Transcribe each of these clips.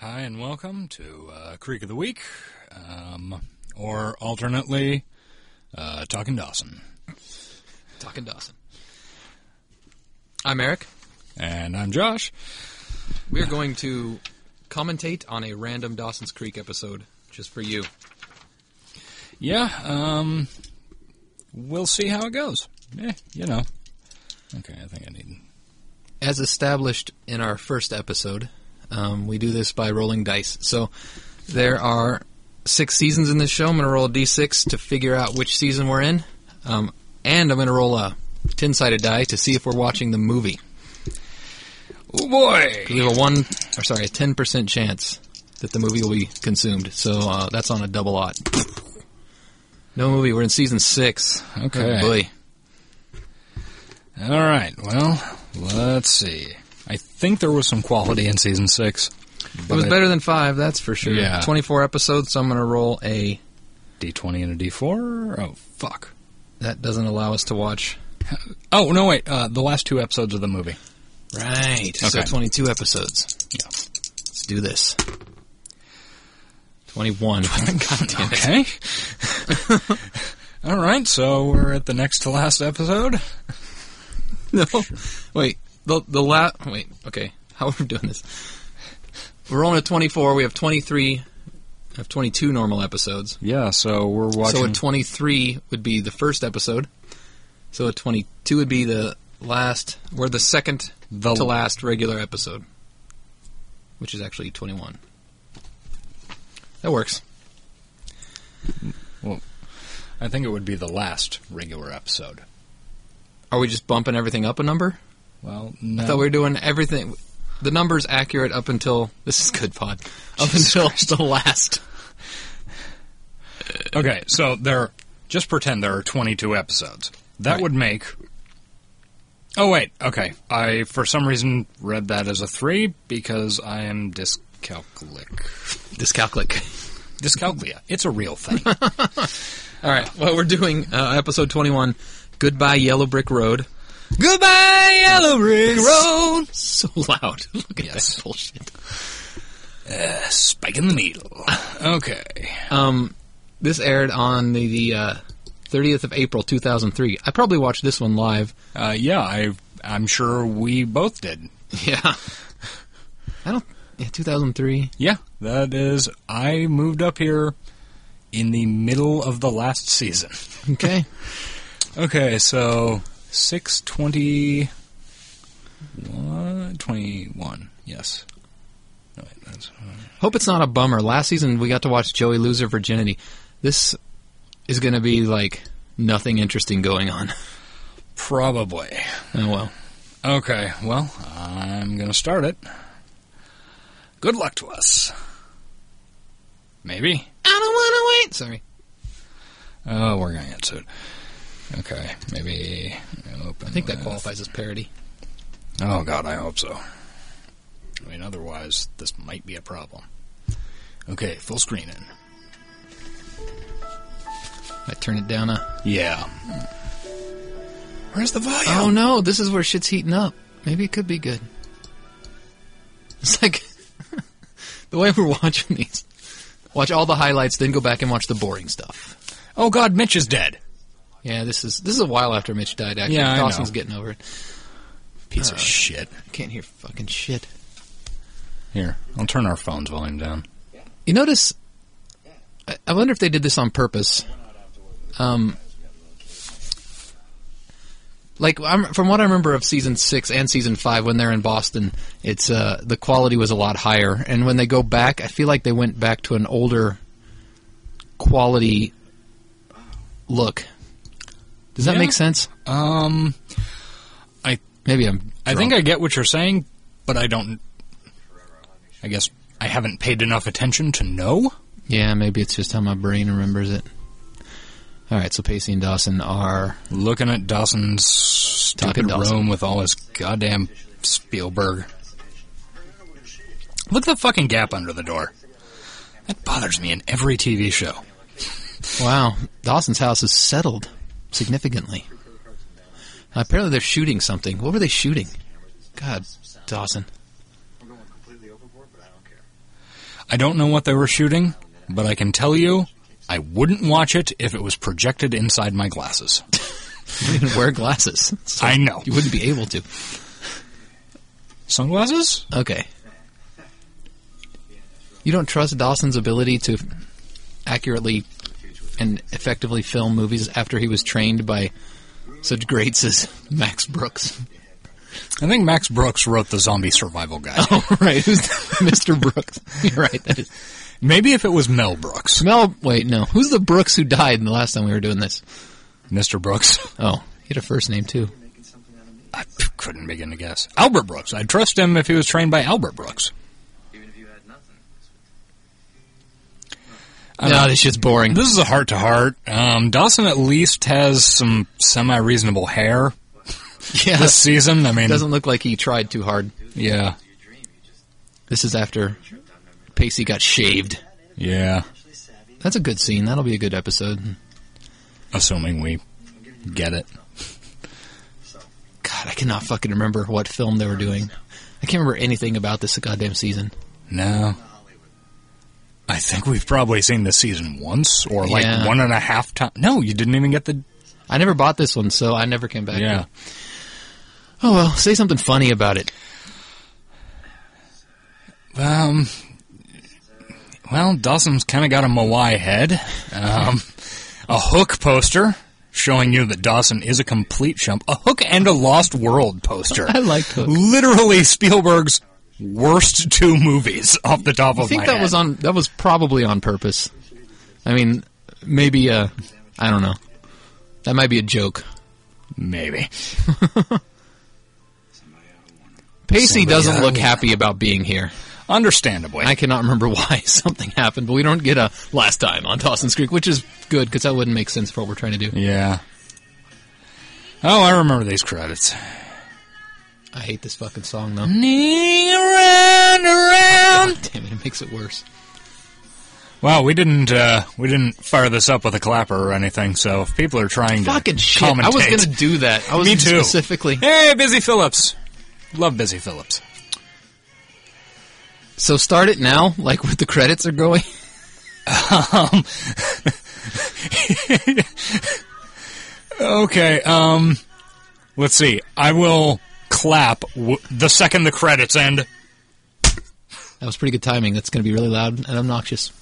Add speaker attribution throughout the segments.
Speaker 1: Hi, and welcome to uh, Creek of the Week, um, or alternately, uh, Talking Dawson.
Speaker 2: Talking Dawson. I'm Eric.
Speaker 1: And I'm Josh.
Speaker 2: We're going to commentate on a random Dawson's Creek episode just for you.
Speaker 1: Yeah, um, we'll see how it goes. Eh, you know. Okay, I think I need.
Speaker 2: As established in our first episode, um, we do this by rolling dice. So there are six seasons in this show. I'm going to roll a d6 to figure out which season we're in. Um, and I'm going to roll a 10 sided die to see if we're watching the movie.
Speaker 1: Oh boy!
Speaker 2: We have a one, or sorry, a ten percent chance that the movie will be consumed. So uh, that's on a double odd. No movie. We're in season six.
Speaker 1: Okay.
Speaker 2: Oh, boy.
Speaker 1: All right, well, let's see. I think there was some quality in season six.
Speaker 2: It
Speaker 1: but
Speaker 2: was
Speaker 1: I-
Speaker 2: better than five, that's for sure.
Speaker 1: Yeah.
Speaker 2: Twenty-four episodes. So I'm going to roll a.
Speaker 1: D20 and a D4? Oh, fuck.
Speaker 2: That doesn't allow us to watch.
Speaker 1: Oh, no, wait. Uh, the last two episodes of the movie.
Speaker 2: Right. So
Speaker 1: Okay.
Speaker 2: twenty-two episodes.
Speaker 1: Yeah.
Speaker 2: Let's do this. Twenty-one. God damn it.
Speaker 1: Okay. All right, so we're at the next to last episode.
Speaker 2: No. Wait. The the la wait, okay. How are we doing this? We're rolling at twenty four, we have twenty three have twenty two normal episodes.
Speaker 1: Yeah, so we're
Speaker 2: So a
Speaker 1: watching.
Speaker 2: twenty three would be the first episode. So a twenty two would be the last or the second
Speaker 1: The-
Speaker 2: to last regular episode. Which is actually twenty one. That works.
Speaker 1: I think it would be the last regular episode.
Speaker 2: Are we just bumping everything up a number?
Speaker 1: Well, no.
Speaker 2: I thought we were doing everything. The number's accurate up until this is good pod. Up until the last.
Speaker 1: okay, so there. Just pretend there are 22 episodes. That
Speaker 2: Right.
Speaker 1: would make. Oh wait, okay. I for some reason read that as a three because I am dyscalculic.
Speaker 2: Discalculic.
Speaker 1: Dyscalculia. It's a real thing.
Speaker 2: All right. Well, we're doing uh, episode 21, Goodbye Yellow Brick Road.
Speaker 1: Goodbye, Yellow Brick Road.
Speaker 2: So loud. Look at
Speaker 1: Yes.
Speaker 2: that bullshit.
Speaker 1: Spike in the needle. Okay.
Speaker 2: Um, this aired on the, the uh, 30th of April, 2003. I probably watched this one live.
Speaker 1: Uh, yeah, I, I'm sure we both did.
Speaker 2: Yeah. I don't... Yeah, 2003.
Speaker 1: Yeah, that is. I moved up here in the middle of the last season.
Speaker 2: Okay.
Speaker 1: Okay, so six twenty one twenty one. Yes. No, wait, that's,
Speaker 2: Hope it's not a bummer. Last season we got to watch Joey lose her virginity. This is going to be like nothing interesting going on.
Speaker 1: probably.
Speaker 2: Oh well.
Speaker 1: Okay, well, I'm going to start it. Good luck to us. Maybe.
Speaker 2: I don't want to wait. Sorry.
Speaker 1: Oh, we're going to get sued. Okay, maybe open.
Speaker 2: I think that qualifies as parody.
Speaker 1: Oh God, I hope so. I mean, otherwise this might be a problem. Okay, full screen in.
Speaker 2: I turn it down a.
Speaker 1: Yeah. Where's the volume?
Speaker 2: Oh no, this is where shit's heating up. Maybe it could be good. It's like the way we're watching these. Watch all the highlights, then go back and watch the boring stuff.
Speaker 1: Oh God, Mitch is dead.
Speaker 2: Yeah, this is this is a while after Mitch died. Actually,
Speaker 1: Yeah, I know.
Speaker 2: Dawson's getting over it.
Speaker 1: Piece of shit.
Speaker 2: Can't hear fucking shit.
Speaker 1: Here, I'll turn our phone's volume down.
Speaker 2: You notice? I, I wonder if they did this on purpose. Um, like I'm, from what I remember of season six and season five, when they're in Boston, it's uh, the quality was a lot higher. And when they go back, I feel like they went back to an older quality look. Does that
Speaker 1: Yeah.
Speaker 2: make sense?
Speaker 1: Um,
Speaker 2: Maybe I'm.
Speaker 1: I
Speaker 2: drunk.
Speaker 1: think I get what you're saying, but I don't. I guess I haven't paid enough attention to know.
Speaker 2: Yeah, maybe it's just how my brain remembers it. All right, so Pacey and Dawson are.
Speaker 1: Looking at Dawson's stupid
Speaker 2: Dawson.
Speaker 1: room with all his goddamn Spielberg. Look at the fucking gap under the door. That bothers me in every TV show.
Speaker 2: Wow, Dawson's house is settled significantly. Apparently, they're shooting something. What were they shooting? God, Dawson.
Speaker 3: We're going completely overboard, but I don't care.
Speaker 1: I don't know what they were shooting, but I can tell you I wouldn't watch it if it was projected inside my glasses.
Speaker 2: You didn't wear glasses. So
Speaker 1: I know.
Speaker 2: You wouldn't be able to.
Speaker 1: Sunglasses?
Speaker 2: Okay. You don't trust Dawson's ability to accurately and effectively film movies after he was trained by such greats as Max Brooks.
Speaker 1: I think Max Brooks wrote the zombie survival guide.
Speaker 2: Oh, right. Who's Mr. Brooks? You're right. That is.
Speaker 1: Maybe if it was Mel Brooks.
Speaker 2: Mel, wait, no. Who's the Brooks who died in the last time we were doing this?
Speaker 1: Mr. Brooks.
Speaker 2: Oh, he had a first name too.
Speaker 1: I p- couldn't begin to guess. Albert Brooks. I'd trust him if he was trained by Albert Brooks.
Speaker 3: Even if you had nothing, this would
Speaker 1: I
Speaker 2: no,
Speaker 1: don't-
Speaker 2: this shit's boring.
Speaker 1: This is a heart to heart. Um, Dawson at least has some semi reasonable hair
Speaker 2: yeah.
Speaker 1: this season. I mean,
Speaker 2: doesn't look like he tried too hard.
Speaker 1: yeah,
Speaker 3: be your dream. You just
Speaker 2: This is after
Speaker 3: tripped on memory.
Speaker 2: Pacey got shaved.
Speaker 1: yeah.
Speaker 3: Actually savvy.
Speaker 2: That's a good scene. That'll be a good episode.
Speaker 1: Assuming we
Speaker 3: I'm giving you
Speaker 1: get it.
Speaker 2: God, I cannot fucking remember what film they were doing. I can't remember anything about this goddamn season.
Speaker 1: No,
Speaker 3: Hollywood.
Speaker 1: I think we've probably seen this season once or like
Speaker 2: Yeah.
Speaker 1: one and a half times. No, you didn't even get the
Speaker 2: I never bought this one, so I never came back. to
Speaker 1: yeah.
Speaker 2: it. Oh well, say something funny about it.
Speaker 1: Um, well, Dawson's kind of got a Moai head, um, a hook poster showing you that Dawson is a complete chump, a hook and a Lost World poster.
Speaker 2: I liked Hook.
Speaker 1: Literally Spielberg's worst two movies off the top
Speaker 2: I
Speaker 1: of
Speaker 2: think
Speaker 1: my
Speaker 2: that
Speaker 1: head.
Speaker 2: was on. That was probably on purpose. I mean, maybe. Uh, I don't know. That might be a joke.
Speaker 1: maybe.
Speaker 3: Somebody I don't want.
Speaker 2: Pacey
Speaker 1: Somebody
Speaker 2: doesn't
Speaker 1: had
Speaker 2: look
Speaker 1: one.
Speaker 2: happy about being here.
Speaker 1: Understandably.
Speaker 2: I cannot remember why something happened, but we don't get a last time on Dawson's Creek, which is good because that wouldn't make sense for what we're trying to do.
Speaker 1: yeah. Oh, I remember these credits.
Speaker 2: I hate this fucking song
Speaker 1: Mm-hmm.
Speaker 2: though.
Speaker 1: Kneeling around, around.
Speaker 2: God damn it, it makes it worse.
Speaker 1: Wow, we didn't uh, we didn't fire this up with a clapper or anything. So if people are trying to
Speaker 2: Fucking shit! I was
Speaker 1: commentate-
Speaker 2: gonna do that. I was
Speaker 1: Me too.
Speaker 2: specifically.
Speaker 1: Hey, Busy Phillips, love Busy Phillips.
Speaker 2: So start it now, like with the credits are going.
Speaker 1: Okay, um, let's see. I will clap w- the second the credits end.
Speaker 2: That was pretty good timing. That's going to be really loud and obnoxious.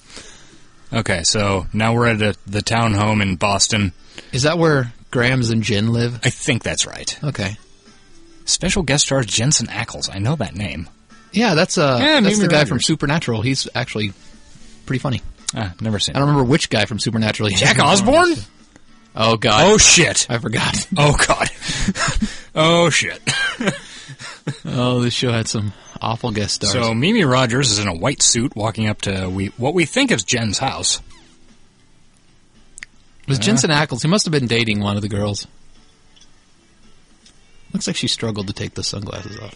Speaker 1: Okay, so now we're at a, the town home in Boston.
Speaker 2: Is that where Grams and Jen live?
Speaker 1: I think that's right.
Speaker 2: Okay.
Speaker 1: Special guest stars Jensen Ackles. I know that name.
Speaker 2: Yeah, that's uh,
Speaker 1: Yeah,
Speaker 2: that's
Speaker 1: Mimi
Speaker 2: the guy
Speaker 1: Rogers.
Speaker 2: from Supernatural. He's actually pretty funny.
Speaker 1: Ah, never seen.
Speaker 2: I
Speaker 1: Him.
Speaker 2: don't remember which guy from Supernatural. he is.
Speaker 1: Jack Osborne.
Speaker 2: Oh God.
Speaker 1: Oh shit.
Speaker 2: I forgot.
Speaker 1: Oh god. oh shit.
Speaker 2: Oh, this show had some awful guest stars.
Speaker 1: So Mimi Rogers is in a white suit walking up to we what we think is Jen's house.
Speaker 2: It was Jensen Ackles. He must have been dating one of the girls. Looks like she struggled to take the sunglasses off.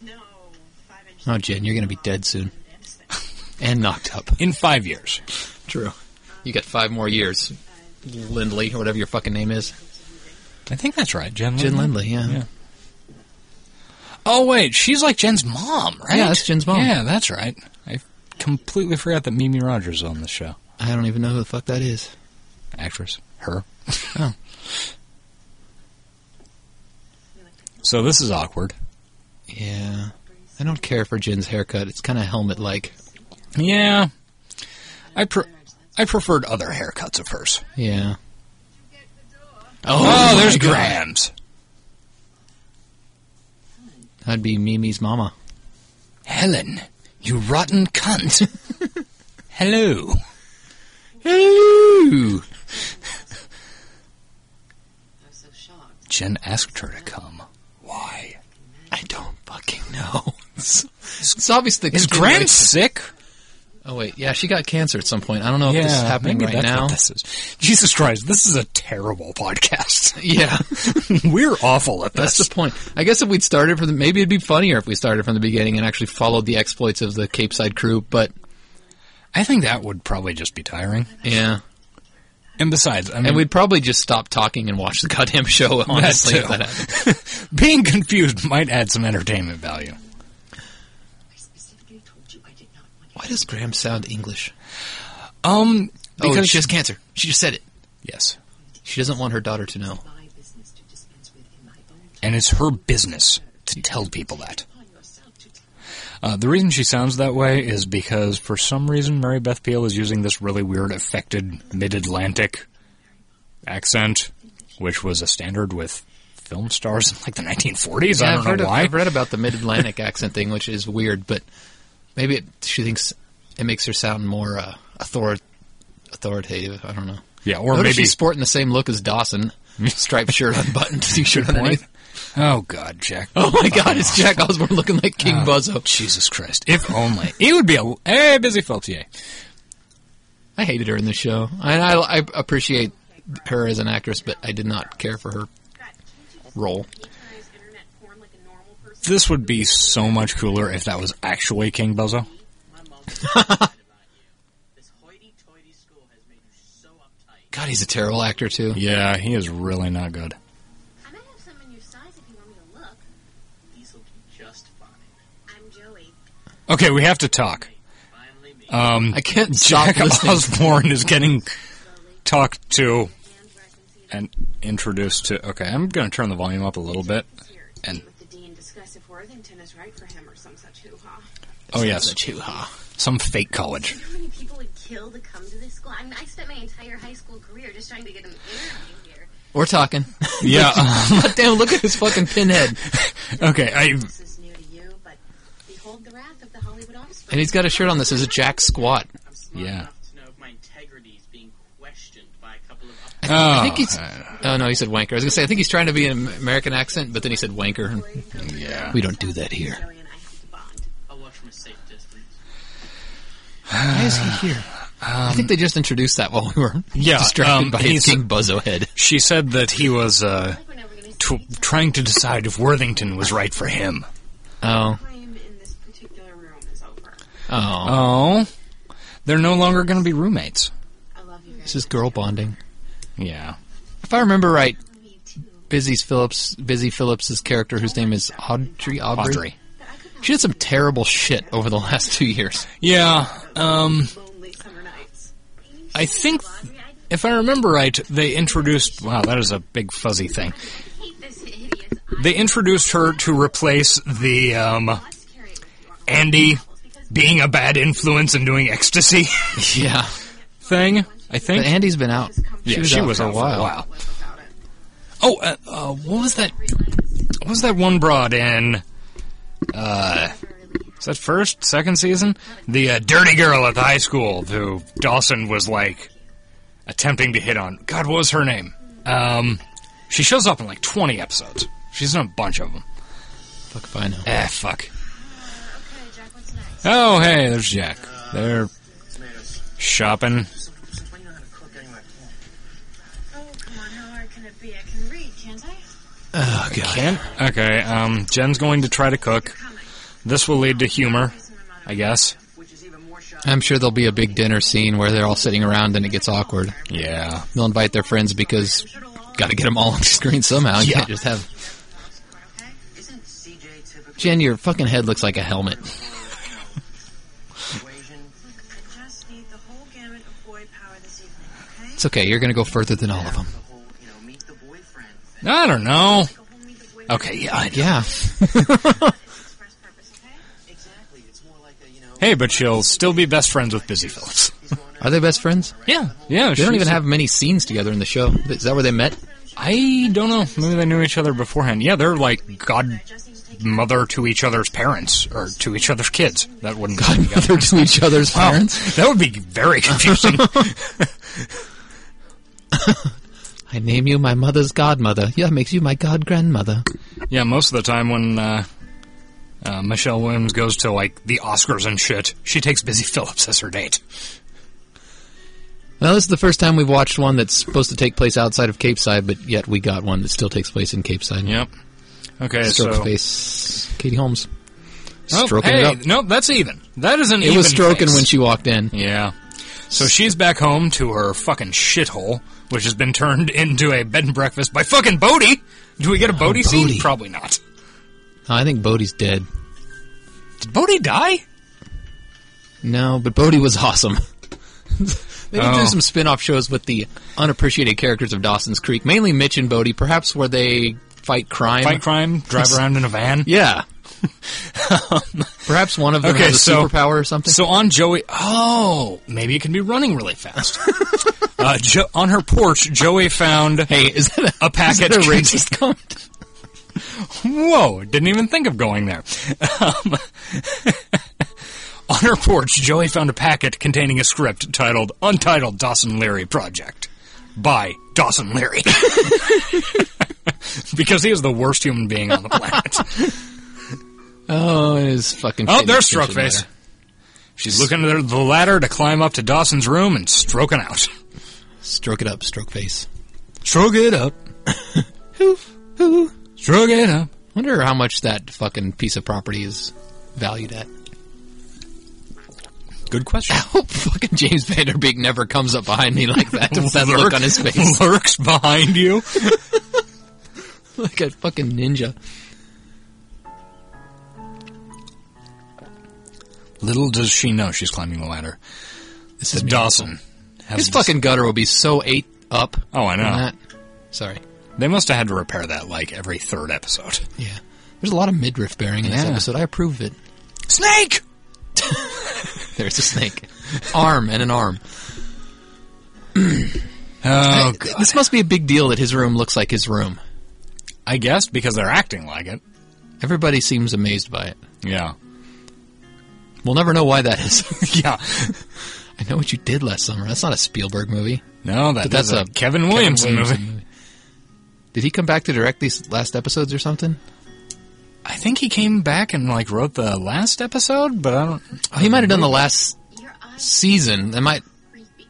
Speaker 4: No, five inches.
Speaker 2: Oh, Jen, you're going to be dead soon and knocked up.
Speaker 1: In five years.
Speaker 2: True. You got five more years, Lindley or whatever your fucking name is.
Speaker 1: I think that's right, Jen.
Speaker 2: Jen
Speaker 1: Lindley.
Speaker 2: Lindley, yeah.
Speaker 1: Yeah. Oh wait, she's like Jen's mom, right?
Speaker 2: Yeah, that's Jen's mom.
Speaker 1: Yeah, that's right. I completely forgot that Mimi Rogers is on the show.
Speaker 2: I don't even know who the fuck that is.
Speaker 1: Actress. Her.
Speaker 2: Oh.
Speaker 1: So this is awkward.
Speaker 2: Yeah. I don't care for Jen's haircut. It's kind of helmet like.
Speaker 1: Yeah. I pre- I preferred other haircuts of hers.
Speaker 2: Yeah.
Speaker 1: Oh, there's
Speaker 2: my God.
Speaker 1: Grams.
Speaker 2: That'd be Mimi's mama.
Speaker 1: Helen, you rotten cunt. Hello.
Speaker 2: Hello!
Speaker 4: I'm so shocked.
Speaker 1: Jen asked her to come. Why?
Speaker 2: I don't fucking know. It's, it's obviously the
Speaker 1: Is
Speaker 2: continuation.
Speaker 1: Graham sick?
Speaker 2: Oh wait, yeah, she got cancer at some point. I don't know if this is happening
Speaker 1: maybe
Speaker 2: right
Speaker 1: that's
Speaker 2: now.
Speaker 1: what this is. Jesus Christ, this is a terrible podcast.
Speaker 2: Yeah,
Speaker 1: We're awful at
Speaker 2: that's
Speaker 1: this.
Speaker 2: the point. I guess if we'd started from the, maybe it'd be funnier if we started from the beginning and actually followed the exploits of the Cape Side crew. But
Speaker 1: I think that would probably just be tiring.
Speaker 2: yeah,
Speaker 1: And besides, I mean,
Speaker 2: and we'd probably just stop talking and watch the goddamn show. Honestly, if
Speaker 1: too.
Speaker 2: that happened.
Speaker 1: being confused might add some entertainment value.
Speaker 4: Specific you told you I did not want
Speaker 2: Why does Graham sound English?
Speaker 1: Um, because
Speaker 2: oh, she has cancer. She just said it.
Speaker 1: yes,
Speaker 2: She doesn't want her daughter to know.
Speaker 4: my business to dispense with in my own time.
Speaker 1: and it's her business to tell people that.
Speaker 4: Upon yourself to tell
Speaker 1: Uh, the reason she sounds that way is because for some reason Mary Beth Peel is using this really weird affected mid-Atlantic accent, which was a standard with film stars in like the 1940s. I
Speaker 2: Yeah,
Speaker 1: don't
Speaker 2: I've
Speaker 1: know
Speaker 2: heard of-
Speaker 1: why.
Speaker 2: I've read about the Mid Atlantic accent thing, which is weird, but maybe it, she thinks it makes her sound more uh, author- authoritative. I don't know.
Speaker 1: yeah, or
Speaker 2: Notice
Speaker 1: maybe
Speaker 2: she's sporting the same look as Dawson. Striped shirt, unbuttoned t-shirt underneath.
Speaker 1: Oh God, Jack!
Speaker 2: Oh my God, it's Jack Osborne looking like King
Speaker 1: Oh,
Speaker 2: Buzzo.
Speaker 1: Jesus Christ! If only it would be a hey, busy folks, yay.
Speaker 2: I hated her in the show, and I, I appreciate her as an actress, but I did not care for her
Speaker 4: God, can't you just
Speaker 2: role.
Speaker 4: pay times internet porn like a normal person?
Speaker 1: This would be so much cooler if that was actually King Buzzo.
Speaker 5: My mom was right about you. This hoity-toity school has made you so uptight.
Speaker 2: God, he's a terrible actor too.
Speaker 1: Yeah, he is really not good.
Speaker 4: I might have some in your size if you want me to look.
Speaker 5: These will be just fine.
Speaker 4: I'm Joey.
Speaker 1: Okay, we have to talk.
Speaker 5: Finally, me.
Speaker 1: Um,
Speaker 2: I can't stop
Speaker 1: Jack
Speaker 2: listening.
Speaker 1: Osborne is getting
Speaker 4: Slowly,
Speaker 1: talked to
Speaker 4: and where I can see
Speaker 1: Oh.
Speaker 4: the
Speaker 1: and introduced to. Okay, I'm going to turn the volume up a little bit.
Speaker 4: Here,
Speaker 1: and-
Speaker 4: with the dean discuss if Worthington is right for him or some such hoo-ha.
Speaker 1: Oh yes,
Speaker 2: Choo-ha.
Speaker 1: some fake college.
Speaker 4: Do you know how many people would kill to come to this school? I mean, I spent my entire high school career just trying to get an interview here.
Speaker 2: We're talking.
Speaker 1: Yeah. um,
Speaker 2: God damn, look at his fucking pinhead.
Speaker 1: okay, I
Speaker 4: This is new to you, but behold the wrath of the Hollywood offspring.
Speaker 2: And he's got a shirt on that says Jack Squat.
Speaker 5: I'm smart
Speaker 1: yeah.
Speaker 5: enough to know if my integrity is being questioned by a couple of up-
Speaker 1: oh,
Speaker 2: I think he's. Oh no, he said wanker. I was gonna say I think he's trying to be an American accent, but then he said wanker.
Speaker 1: Uh,
Speaker 2: and
Speaker 1: yeah.
Speaker 2: We don't do that here.
Speaker 4: Joey and I have to bond.
Speaker 5: I'll watch from a safe distance.
Speaker 2: Why is he here? I think they just introduced that while we were
Speaker 1: Yeah,
Speaker 2: distracted
Speaker 1: um,
Speaker 2: by his
Speaker 1: he's-
Speaker 2: King Buzzo head.
Speaker 1: She said that he was uh,
Speaker 4: Like we're never going to
Speaker 1: t- trying to decide if Worthington was right for him.
Speaker 2: Oh,
Speaker 4: Time in this particular room is over.
Speaker 2: oh,
Speaker 1: Oh, they're no longer going to be roommates.
Speaker 4: I love you very
Speaker 2: this is girl bonding.
Speaker 1: Yeah.
Speaker 2: If I remember right,
Speaker 4: much. Me too.
Speaker 2: Busy Phillips, Busy Phillips's character, whose name is Audrey. Aubrey.
Speaker 1: Audrey.
Speaker 4: But I could not
Speaker 2: She did some terrible shit over the last two years.
Speaker 1: Yeah. Um,
Speaker 4: lonely summer nights.
Speaker 1: I think,
Speaker 4: Audrey, I
Speaker 1: if I remember right, they introduced. Wow, that is a big fuzzy thing.
Speaker 4: hate this hideous I
Speaker 1: They introduced her to replace the um,
Speaker 4: must carry it with you on all
Speaker 1: Andy
Speaker 4: levels because
Speaker 1: being a bad influence and doing ecstasy
Speaker 2: Yeah,
Speaker 1: thing. I
Speaker 2: but
Speaker 1: think.
Speaker 2: Andy's been out.
Speaker 1: yeah,
Speaker 2: was
Speaker 1: she
Speaker 2: out
Speaker 1: was
Speaker 2: for a
Speaker 1: out for a
Speaker 2: while.
Speaker 1: while.
Speaker 4: was without it.
Speaker 1: Oh, uh, uh, what was that? What was that one broad in? Uh, is that first, second season? The uh, dirty girl at the high school who Dawson was like attempting to hit on. God, what was her name? Um, she shows up in like twenty episodes. She's in a bunch of them.
Speaker 2: Eh, Fuck if I know.
Speaker 1: Ah, fuck.
Speaker 4: Okay, Jack, what's next?
Speaker 1: Oh, hey, there's Jack. They're
Speaker 5: Tomatoes.
Speaker 1: shopping.
Speaker 5: When you know how to cook anyway.
Speaker 4: Oh, come on, how hard can it be? I can read, can't I?
Speaker 2: Oh god.
Speaker 1: Ken? Okay, um, Jen's going to try to cook.
Speaker 4: Coming.
Speaker 1: This will lead to humor,
Speaker 4: Reason I'm out of
Speaker 1: I guess.
Speaker 5: Which is even more shocking.
Speaker 2: I'm sure there'll be a big dinner scene where they're all sitting around and it gets awkward.
Speaker 1: Yeah.
Speaker 2: They'll invite their friends because got to get them all on screen somehow. You
Speaker 1: Yeah.
Speaker 2: can't just have
Speaker 4: okay?
Speaker 5: Isn't CJ typically
Speaker 2: Jen. Your fucking head looks like a helmet.
Speaker 5: equation?
Speaker 4: I just need the whole gamut of boy power this evening, okay?
Speaker 2: It's okay. You're gonna go further than all of them.
Speaker 5: The whole, you know, meet the boyfriend thing.
Speaker 1: I don't know.
Speaker 4: Go home, meet the boy
Speaker 1: Oh. Okay, yeah, I
Speaker 2: Yeah.
Speaker 4: its express purpose, okay?
Speaker 5: Exactly. It's more like a, you know.
Speaker 1: Hey, but she'll still be best friends with Busy Phillips.
Speaker 5: He's going to
Speaker 2: Are they best friends?
Speaker 1: Yeah, yeah.
Speaker 2: They don't even have many scenes together in the show. Is that where they met?
Speaker 1: I don't know. Maybe they knew each other beforehand. Yeah, they're like god
Speaker 4: I just need to take care
Speaker 1: mother to each other's parents or to each other's kids. That wouldn't
Speaker 2: They're to each other's
Speaker 1: Wow,
Speaker 2: parents.
Speaker 1: that would be very confusing.
Speaker 2: I name you my mother's godmother. Yeah, makes you my god grandmother.
Speaker 1: yeah, most of the time when uh, uh, Michelle Williams goes to like the Oscars and shit, she takes Busy Phillips as her date.
Speaker 2: Well, this is the first time we've watched one that's supposed to take place outside of Cape Side, but yet we got one that still takes place in Cape Side.
Speaker 1: Yep. Okay,
Speaker 2: Stroke
Speaker 1: so
Speaker 2: face. Katie Holmes.
Speaker 1: Oh,
Speaker 2: Stroking
Speaker 1: hey,
Speaker 2: it up.
Speaker 1: Nope, that's even. That is an
Speaker 2: It
Speaker 1: even.
Speaker 2: was stroking
Speaker 1: face.
Speaker 2: when she walked in.
Speaker 1: Yeah. So she's back home to her fucking shithole, which has been turned into a bed and breakfast by fucking Bodie. Do we get a Bodie scene?
Speaker 2: Oh, Bodie.
Speaker 1: Probably not.
Speaker 2: I think Bodie's dead.
Speaker 1: Did Bodie die?
Speaker 2: No, but Bodhi was awesome. Maybe
Speaker 1: Oh.
Speaker 2: do some spin-off shows with the unappreciated characters of Dawson's Creek, mainly Mitch and Bodhi, perhaps where they fight crime.
Speaker 1: Fight crime, drive around in a van.
Speaker 2: Yeah. perhaps one of them
Speaker 1: Okay,
Speaker 2: has a
Speaker 1: so-
Speaker 2: superpower or something.
Speaker 1: So on Joey, oh, maybe it can be running really fast. uh, jo- on her porch, Joey found
Speaker 2: hey, is that a,
Speaker 1: a packet.
Speaker 2: is that a racist comment?
Speaker 1: Whoa, didn't even think of going there. Um, on her porch, Joey found a packet containing a script titled Untitled Dawson Leary Project by Dawson Leary. because he is the worst human being on the planet.
Speaker 2: Oh, it is fucking.
Speaker 1: Oh,
Speaker 2: shitty
Speaker 1: there's
Speaker 2: attention
Speaker 1: Strokeface.
Speaker 2: matter.
Speaker 1: She's looking at the ladder to climb up to Dawson's room and stroking out.
Speaker 2: Stroke it up, Strokeface.
Speaker 1: Stroke it up. Stroke it up.
Speaker 2: Wonder how much that fucking piece of property is valued at.
Speaker 1: Good question.
Speaker 2: I hope fucking James Vanderbeek never comes up behind me like that with that look
Speaker 1: Lurk-
Speaker 2: on his face,
Speaker 1: Lurks behind you.
Speaker 2: like a fucking ninja.
Speaker 1: Little does she know she's climbing the ladder.
Speaker 2: This
Speaker 1: This
Speaker 2: is
Speaker 1: Dawson. has
Speaker 2: His
Speaker 1: this-
Speaker 2: fucking gutter will be so ate up.
Speaker 1: Oh, I
Speaker 2: from
Speaker 1: know.
Speaker 2: that. Sorry.
Speaker 1: They must have had to repair that like every third episode.
Speaker 2: Yeah. There's a lot of midriff bearing in this
Speaker 1: Yeah.
Speaker 2: episode. I approve of it.
Speaker 1: Snake!
Speaker 2: There's a snake. arm and an arm.
Speaker 1: Oh, God.
Speaker 2: This must be a big deal that his room looks like his room.
Speaker 1: I guess because they're acting like it.
Speaker 2: Everybody seems amazed by it.
Speaker 1: Yeah.
Speaker 2: We'll never know why that is.
Speaker 1: Yeah.
Speaker 2: I know what you did last summer. That's not a Spielberg movie.
Speaker 1: No, that,
Speaker 2: But that's
Speaker 1: that's a
Speaker 2: a
Speaker 1: Kevin Williamson, movie.
Speaker 2: Did he come back to direct these last episodes or something?
Speaker 1: I think he came back and like wrote the last episode, but I don't.
Speaker 2: Oh, he might have done the last
Speaker 4: Your eyes
Speaker 2: season. That might
Speaker 4: are creepy.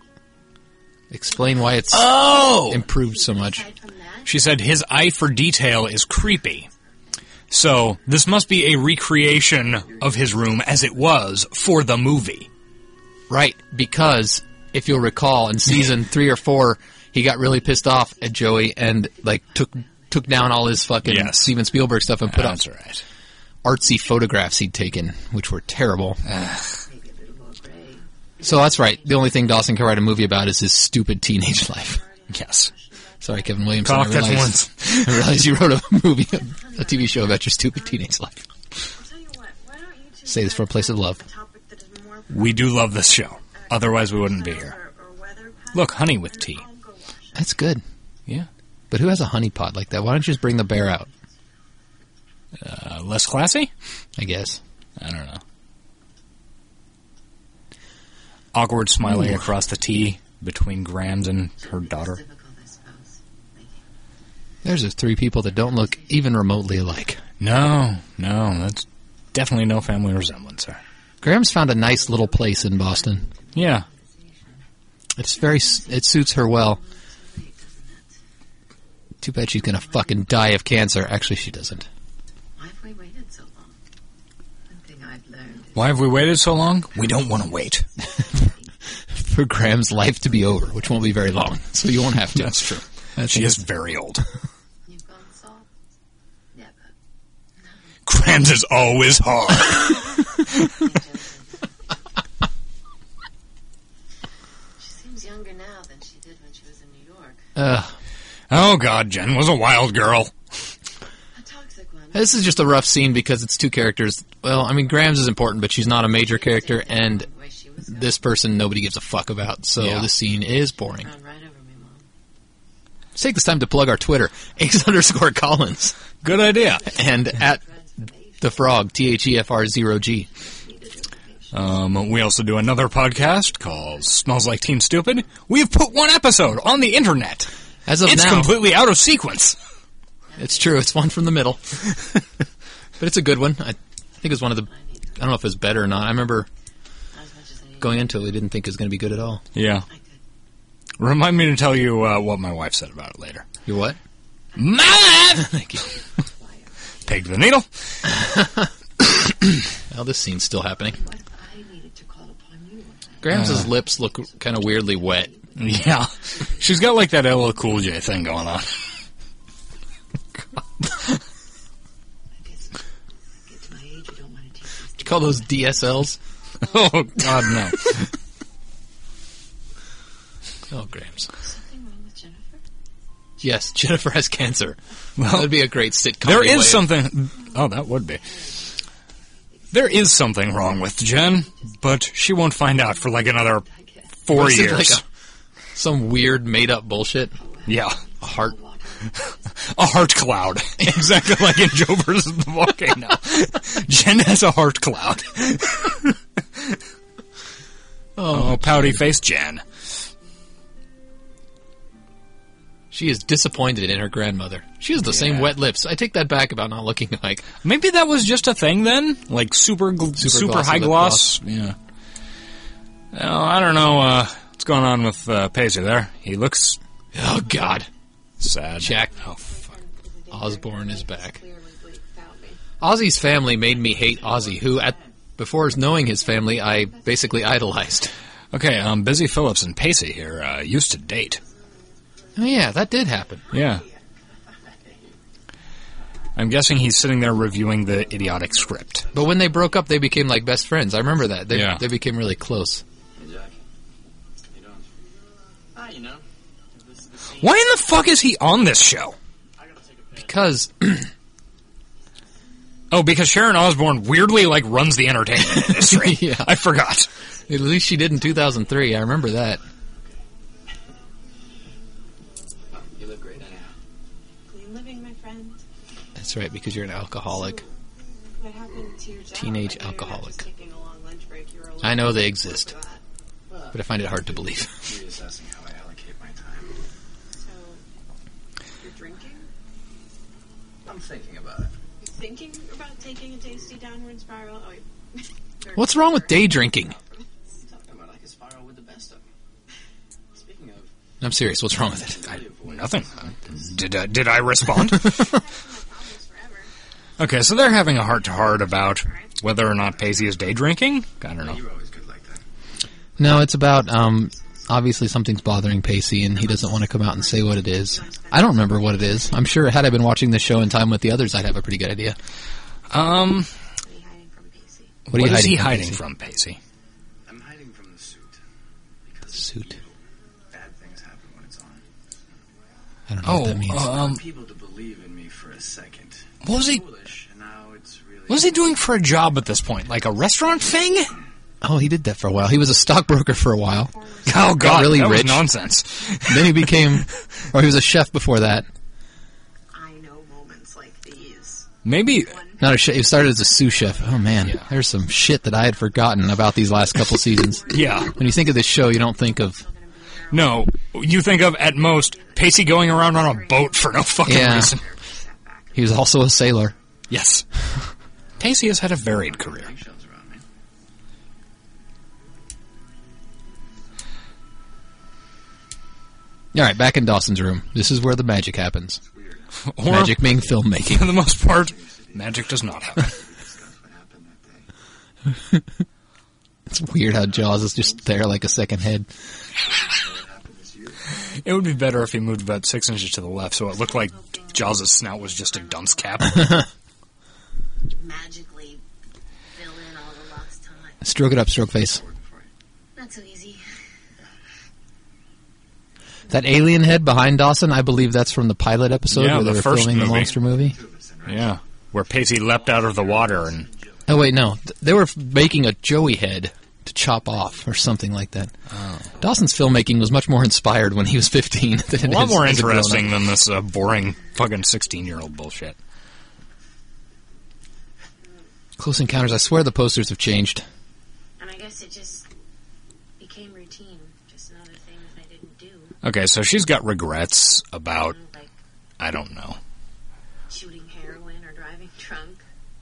Speaker 2: explain why it's
Speaker 1: Oh!
Speaker 2: improved so much.
Speaker 4: Aside from that,
Speaker 1: She said his eye for detail is creepy. So this must be a recreation of his room as it was for the movie.
Speaker 2: Right, because if you'll recall, in season three or four, he got really pissed off at Joey and like took took down all his fucking
Speaker 1: Yes.
Speaker 2: Steven Spielberg stuff and put out
Speaker 1: right.
Speaker 2: artsy photographs he'd taken, which were terrible.
Speaker 4: maybe a little more gray.
Speaker 2: So that's right. The only thing Dawson can write a movie about is his stupid teenage life.
Speaker 1: Yes.
Speaker 2: Sorry, Kevin Williamson.
Speaker 1: Talk
Speaker 2: I
Speaker 1: that
Speaker 2: realize,
Speaker 1: once.
Speaker 2: I realize you wrote a movie, a TV show about your stupid teenage life.
Speaker 4: I'll tell you what, why don't you two
Speaker 2: Say this for a place of love.
Speaker 4: a topic that is more
Speaker 1: We do love this show. Otherwise, we wouldn't be here.
Speaker 4: or- or weather pattern,
Speaker 1: Look, honey with
Speaker 4: and
Speaker 1: tea.
Speaker 4: I'll go wash it.
Speaker 2: That's good.
Speaker 1: Yeah.
Speaker 2: But who has a honey pot like that? Why don't you just bring the bear out?
Speaker 1: Uh, less classy?
Speaker 2: I guess.
Speaker 1: I don't know. Awkward smiling across the tea between Grams and her daughter.
Speaker 4: It's difficult, I suppose.
Speaker 2: There's just three people that don't look even remotely alike.
Speaker 1: No, no, that's definitely no family resemblance there.
Speaker 2: Graham's found a nice little place in Boston.
Speaker 1: Yeah.
Speaker 2: It's very. s- It suits her well. Too bad she's gonna fucking die of cancer. Actually, she doesn't.
Speaker 4: Why have we waited so long? One thing I've learned
Speaker 1: Why have we waited so long? We don't want to wait.
Speaker 2: For Graham's life to be over, which won't be very long, so you won't have to.
Speaker 1: That's true.
Speaker 2: I
Speaker 1: She
Speaker 2: think
Speaker 1: is very old.
Speaker 4: you've gone soft. Never.
Speaker 1: Grams is always hard.
Speaker 4: She seems younger now than she did when she was in New York.
Speaker 2: Uh,
Speaker 1: oh God, Jen was a wild girl.
Speaker 4: A toxic one.
Speaker 2: this is just a rough scene because it's two characters. Well, I mean, Graham's is important, but she's not a major character, and
Speaker 4: Where she was going.
Speaker 2: this person nobody gives a fuck about. So
Speaker 1: Yeah.
Speaker 2: the scene is boring.
Speaker 4: Run right over me, Mom.
Speaker 2: Let's take this time to plug our Twitter, Ace underscore Collins,
Speaker 1: Good idea.
Speaker 2: and at
Speaker 4: Transformation.
Speaker 2: the frog, T H E F R zero G.
Speaker 1: Um, we also do another podcast called "Smells Like Teen Stupid." We have put one episode on the internet.
Speaker 2: As of
Speaker 1: It's
Speaker 2: now,
Speaker 1: completely out of sequence.
Speaker 2: it's true. It's one from the middle, but it's a good one. I think it was one of the. I don't know if it was better or not. I remember
Speaker 4: As much as I need.
Speaker 2: going into it, we didn't think it was going to be good at all.
Speaker 1: Yeah.
Speaker 4: I could.
Speaker 1: Remind me to tell you uh, what my wife said about it later.
Speaker 2: You what?
Speaker 1: My wife
Speaker 2: Thank you.
Speaker 1: pegged the needle.
Speaker 2: Well, this scene's still happening.
Speaker 4: What if I needed to call upon you one day?
Speaker 2: Graham's
Speaker 1: Uh.
Speaker 2: lips look kind of weirdly wet.
Speaker 1: Yeah, she's got like that LL Cool J thing going on.
Speaker 4: I guess. Get to my age, you don't want to take these
Speaker 2: Did you call those DSLs?
Speaker 1: Oh, God, no.
Speaker 2: Oh, Grams.
Speaker 4: Something wrong with Jennifer?
Speaker 2: Yes, Jennifer has cancer.
Speaker 1: Well,
Speaker 2: That'd be a great sitcom.
Speaker 1: there
Speaker 2: way.
Speaker 1: is something. Oh, that would be. There is something wrong with Jen, but she won't find out for like another
Speaker 4: I guess.
Speaker 1: four
Speaker 2: This is
Speaker 1: years.
Speaker 2: like a- some weird made-up bullshit.
Speaker 1: yeah.
Speaker 2: A heart.
Speaker 1: a heart cloud, exactly like in Joe versus the volcano. Jen has a heart cloud. oh, pouty face Jen.
Speaker 2: She is disappointed in her grandmother. She has the same
Speaker 1: Yeah.
Speaker 2: wet lips. I take that back about not looking like.
Speaker 1: Maybe that was just a thing then, like super gl- super,
Speaker 2: glossy
Speaker 1: high
Speaker 2: lip
Speaker 1: gloss. Yeah. Well, I don't know uh, what's going on with uh, Paisley there. He looks
Speaker 2: Oh God,
Speaker 1: sad.
Speaker 2: Jack
Speaker 1: Oh, fuck.
Speaker 2: Osborne is back.
Speaker 4: Clearly Blake found me.
Speaker 2: Ozzy's family made me hate Ozzy, who at before knowing his family, I basically idolized.
Speaker 1: Okay, um, Busy Phillips and Pacey here uh, used to date.
Speaker 2: Oh yeah, that did happen.
Speaker 1: Yeah. I'm guessing he's sitting there reviewing the idiotic script.
Speaker 2: But when they broke up, they became like best friends. I remember that. They,
Speaker 1: Yeah.
Speaker 2: they became really close.
Speaker 3: Hey, Jack. How you doing?
Speaker 5: Ah, you know. if This is the scene.
Speaker 1: Why in the fuck is he on this show?
Speaker 5: I gotta take a pic.
Speaker 2: Because
Speaker 1: Oh, because Sharon Osbourne weirdly like runs the entertainment industry.
Speaker 2: Yeah.
Speaker 1: I forgot.
Speaker 2: at least she did in 2003. I remember that.
Speaker 3: Oh, you look great anyhow.
Speaker 6: Clean living, my friend.
Speaker 2: That's right, because you're an alcoholic.
Speaker 6: What happened to your job?
Speaker 2: Teenage
Speaker 6: I know you're not
Speaker 2: alcoholic.
Speaker 6: just taking a long lunch break. You're alone.
Speaker 2: I know they exist,
Speaker 6: For that.
Speaker 2: but I find it hard to believe.
Speaker 3: Reassessing how I allocate my time.
Speaker 6: So you're drinking.
Speaker 3: I'm thinking about it.
Speaker 6: You're thinking about taking a tasty downward spiral. Oh, wait. Or-
Speaker 2: What's wrong with day drinking?
Speaker 3: Talking about like a spiral with the best of them. Speaking of,
Speaker 2: I'm serious. What's wrong with it?
Speaker 3: I avoid
Speaker 1: Nothing. Did I, did I respond?
Speaker 4: Almost forever.
Speaker 1: okay, so they're having a heart to heart about whether or not Paisley is day drinking. I don't know.
Speaker 3: You're always good like that.
Speaker 2: No, it's about um, obviously something's bothering Pacey, and he doesn't want to come out and say what it is. I don't remember what it is. I'm sure had I been watching this show in time with the others, I'd have a pretty good idea.
Speaker 1: Um,
Speaker 4: What are you hiding from Pacey?
Speaker 2: What are you
Speaker 1: what is he
Speaker 2: hiding from
Speaker 1: hiding
Speaker 2: Pacey?
Speaker 1: from Pacey?
Speaker 3: I'm hiding from the suit. Because
Speaker 2: Suit.
Speaker 3: evil. Bad things happen when it's on.
Speaker 2: I don't know what
Speaker 1: Oh,
Speaker 2: that means.
Speaker 1: um,
Speaker 3: People to believe in me for a second.
Speaker 1: what was he?
Speaker 3: Foolish, and now it's really.
Speaker 1: What was he doing for a job at this point? Like a restaurant thing?
Speaker 2: oh, he did that for a while. He was a stockbroker for a while.
Speaker 1: Oh god,
Speaker 2: really
Speaker 1: that was
Speaker 2: rich.
Speaker 1: nonsense.
Speaker 2: then he became, or he was a chef before that.
Speaker 6: I know moments like these.
Speaker 1: Maybe
Speaker 2: Not a chef. He started as a sous chef. Oh man,
Speaker 1: Yeah.
Speaker 2: there's some shit that I had forgotten about these last couple seasons.
Speaker 1: yeah.
Speaker 2: When you think of this show, you don't think of
Speaker 1: No, you think of at most Pacey going around on a boat for no fucking
Speaker 2: Yeah.
Speaker 1: reason.
Speaker 4: Step back.
Speaker 2: he was also a sailor.
Speaker 1: Yes. Pacey has had a varied career.
Speaker 3: Eggshells around me.
Speaker 2: All right, back in Dawson's room. This is where the magic happens.
Speaker 1: Or,
Speaker 2: magic being filmmaking.
Speaker 1: for the most part, magic does not happen.
Speaker 3: What happened that day?
Speaker 2: It's weird how Jaws is just there like a second head.
Speaker 3: What happened this year?
Speaker 1: it would be better if he moved about six inches to the left so it looked like Jaws' snout was just a dunce cap.
Speaker 4: Magically fill in all the lost time.
Speaker 2: Stroke it up, stroke face.
Speaker 3: Working for you.
Speaker 4: Not so easy.
Speaker 2: That alien head behind Dawson, I believe that's from the pilot episode
Speaker 1: Yeah,
Speaker 2: where
Speaker 1: the
Speaker 2: they were
Speaker 1: first
Speaker 2: filming the
Speaker 1: movie.
Speaker 2: monster movie.
Speaker 3: Two of us in, right?
Speaker 1: yeah. Where Pacey leapt out of the water and.
Speaker 2: Oh wait, no, Th- they were f- making a Joey head to chop off or something like that.
Speaker 1: Oh.
Speaker 2: Dawson's filmmaking was much more inspired when he was 15 than
Speaker 1: A
Speaker 2: it
Speaker 1: lot
Speaker 2: is
Speaker 1: more
Speaker 2: as a grown-up.
Speaker 1: interesting than this uh, boring fucking 16 year old bullshit.
Speaker 2: Close Encounters. I swear the posters have changed.
Speaker 4: And I guess it just became routine. Just another thing that I didn't do.
Speaker 1: Okay, so she's got regrets about,
Speaker 4: Like
Speaker 1: I don't know.
Speaker 4: shooting heroin or driving drunk.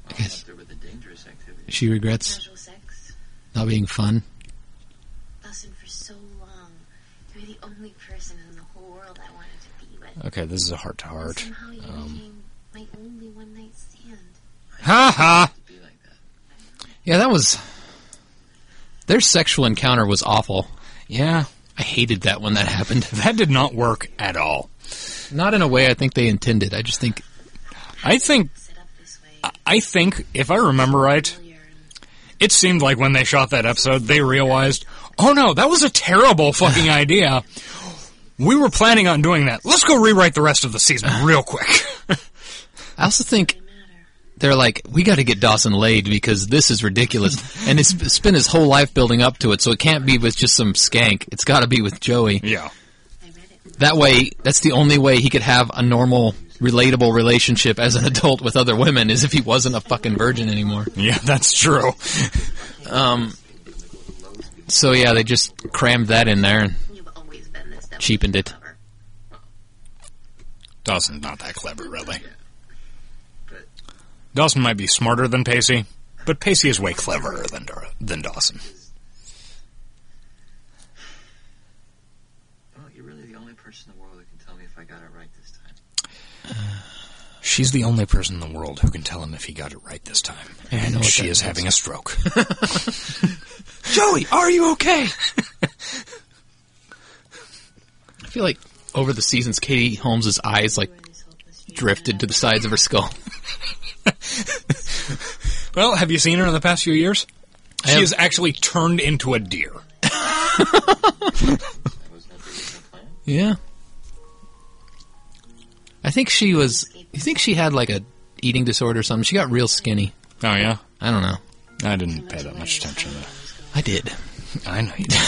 Speaker 3: I guess. There were the dangerous activities.
Speaker 2: She regrets
Speaker 4: Casual sex.
Speaker 2: not being fun.
Speaker 4: Dustin, for so long, you were the only person in the whole world I wanted to be with.
Speaker 1: Okay, this is a heart to heart.
Speaker 4: Somehow you
Speaker 2: Um,
Speaker 4: became my only one night stand.
Speaker 1: Ha ha!
Speaker 3: To be like that.
Speaker 2: Yeah, that was their sexual encounter was awful.
Speaker 1: Yeah,
Speaker 2: I hated that when that happened.
Speaker 1: that did not work at all.
Speaker 2: Not in a way I think they intended. I just think
Speaker 1: I think
Speaker 2: Hmm.
Speaker 4: Set up this way.
Speaker 1: I think if I remember right,
Speaker 4: Earlier and
Speaker 1: It seemed like when they shot that episode, they realized, oh no, that was a terrible fucking idea. We were planning on doing that. Let's go rewrite the rest of the season real quick.
Speaker 2: I also think they're like, we got to get Dawson laid because this is ridiculous, and it's it's spent his whole life building up to it, so it can't be with just some skank. It's got to be with Joey.
Speaker 1: yeah.
Speaker 4: I read it.
Speaker 2: That way, that's the only way he could have a normal, relatable relationship as an adult with other women is if he wasn't a fucking virgin anymore. Um,
Speaker 1: Yeah, that's true.
Speaker 2: So yeah, they just crammed that in there and
Speaker 4: You've always been this devil.
Speaker 2: cheapened it.
Speaker 4: lover.
Speaker 1: Dawson's not that clever, really.
Speaker 3: But-
Speaker 1: Dawson might be smarter than Pacey, but Pacey is way cleverer than Dar- than Dawson.
Speaker 3: Well, Oh, you're really the only person in the world that can tell me if I got it right this time.
Speaker 1: She's the only person in the world who can tell him if he got it right this time.
Speaker 2: know
Speaker 1: And
Speaker 2: what
Speaker 1: she
Speaker 2: that
Speaker 1: is having a stroke.
Speaker 2: Joey, are you okay? I feel like over the seasons, Katie Holmes's eyes like drifted to the sides of her skull.
Speaker 1: well, have you seen her in the past few years? She
Speaker 2: have-
Speaker 1: is actually turned into a deer.
Speaker 3: That was not the original plan.
Speaker 2: Yeah. I think she was. You think she had like a eating disorder or something? She got real skinny.
Speaker 1: Oh yeah,
Speaker 2: I don't know.
Speaker 1: I didn't pay that much attention. to that.
Speaker 2: I did,
Speaker 1: I know you did.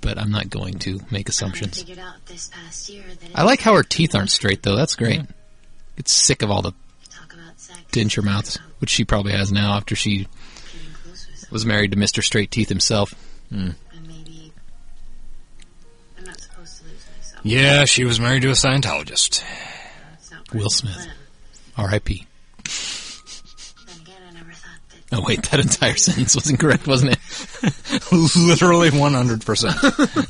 Speaker 2: but I'm not going to make assumptions.
Speaker 4: Figured out this past year that
Speaker 2: I like how her teeth aren't straight though. That's great. Get sick of all the
Speaker 4: talk about sex.
Speaker 2: denture mouths, which she probably has now after she
Speaker 4: Getting closer. So
Speaker 2: was married to Mister Straight Teeth himself.
Speaker 4: and maybe I'm not supposed to lose myself.
Speaker 1: Yeah, she was married to a Scientologist.
Speaker 4: It's not
Speaker 2: Will
Speaker 4: right,
Speaker 2: Smith.
Speaker 4: but, um,
Speaker 2: R.I.P.
Speaker 4: Then again, I never thought that
Speaker 2: Oh wait, that entire sentence was incorrect, wasn't it?
Speaker 1: Literally 100%.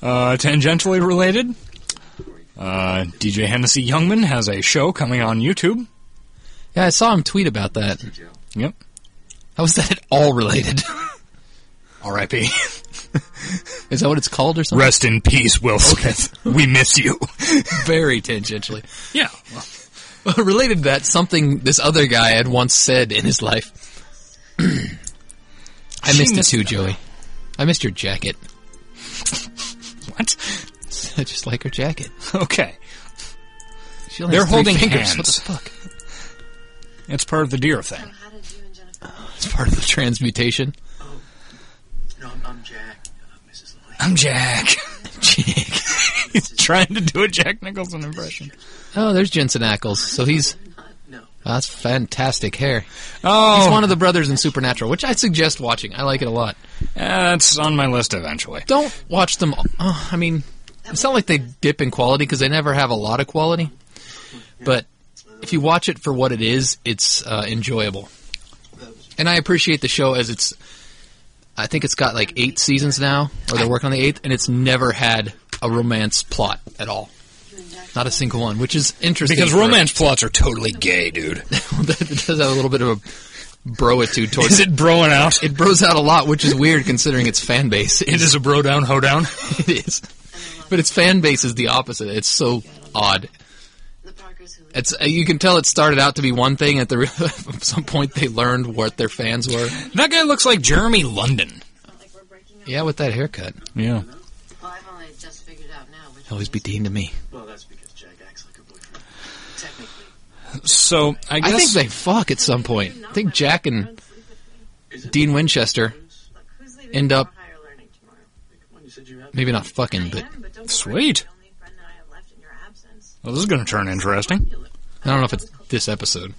Speaker 1: uh, tangentially related, uh, DJ Hennessy Youngman has a show coming on YouTube.
Speaker 2: Yeah, I saw him tweet about that.
Speaker 3: Joe,
Speaker 1: Yep.
Speaker 2: How is that at all related?
Speaker 1: R.I.P.
Speaker 2: Is that what it's called or something?
Speaker 1: Rest in peace, Will Smith. We miss you.
Speaker 2: Very tangentially.
Speaker 1: Yeah.
Speaker 2: Well, related to that, something this other guy had once said in his life. I
Speaker 1: She
Speaker 2: missed it
Speaker 1: missed
Speaker 2: too,
Speaker 1: it.
Speaker 2: Joey. I missed your jacket.
Speaker 1: What?
Speaker 2: I just like her jacket.
Speaker 1: Okay.
Speaker 2: She only
Speaker 1: They're
Speaker 2: has three
Speaker 1: holding
Speaker 2: fingers. What
Speaker 1: hands.
Speaker 2: the fuck?
Speaker 1: It's part of the deer thing.
Speaker 4: how did you and Jennifer
Speaker 2: It's part of the transmutation.
Speaker 3: no, I'm, I'm Jack, uh, Mrs. Lloyd.
Speaker 1: I'm Jack.
Speaker 2: Jake.
Speaker 1: He's trying to do a Jack Nicholson impression.
Speaker 2: Oh, there's Jensen Ackles. So he's
Speaker 3: No,
Speaker 2: oh, that's fantastic hair.
Speaker 1: Oh,
Speaker 2: He's one of the brothers in Supernatural, which I suggest watching. I like it a lot.
Speaker 1: that's on my list eventually.
Speaker 2: Don't watch them. Oh, I mean, it's not like they dip in quality because they never have a lot of quality. But if you watch it for what it is, it's uh, enjoyable. And I appreciate the show as it's. I think it's got like eight seasons now, or they're working on the eighth, and it's never had a romance plot at all. Not a single one, which is interesting
Speaker 1: Because
Speaker 2: for-
Speaker 1: romance plots are totally gay, dude.
Speaker 2: that does have a little bit of a broitude towards
Speaker 1: Oh, Is
Speaker 2: it.
Speaker 1: it broing out?
Speaker 2: It bros out a lot, which is weird considering its fan base.
Speaker 1: It is a bro down, ho down.
Speaker 2: It is. But its fan base is the opposite. It's so odd.
Speaker 4: the Parkers who
Speaker 2: It's uh, you can tell it started out to be one thing at the re- at some point they learned what their fans were.
Speaker 1: That guy looks like Jeremy London.
Speaker 4: felt like we're breaking up?
Speaker 2: Yeah, with that haircut,
Speaker 1: Yeah.
Speaker 4: Well, I've only just figured out now. Which
Speaker 2: always be dean to me.
Speaker 3: well, that's because Jack acts like a boyfriend. Technically,
Speaker 1: So I
Speaker 2: I
Speaker 1: guess
Speaker 2: think they fuck at some point. I think Jack and
Speaker 3: is it?
Speaker 2: Dean Winchester
Speaker 6: Look, who's leaving
Speaker 2: End
Speaker 6: for
Speaker 2: up-
Speaker 6: higher learning tomorrow?
Speaker 3: When you said you had
Speaker 2: maybe not fucking,
Speaker 6: I
Speaker 2: but
Speaker 6: am, but don't
Speaker 1: Sweet.
Speaker 6: Worry, I'm the only friend that I have left in your absence.
Speaker 1: well, this is going to turn
Speaker 2: Hmm.
Speaker 1: interesting.
Speaker 2: I don't know if it's this episode.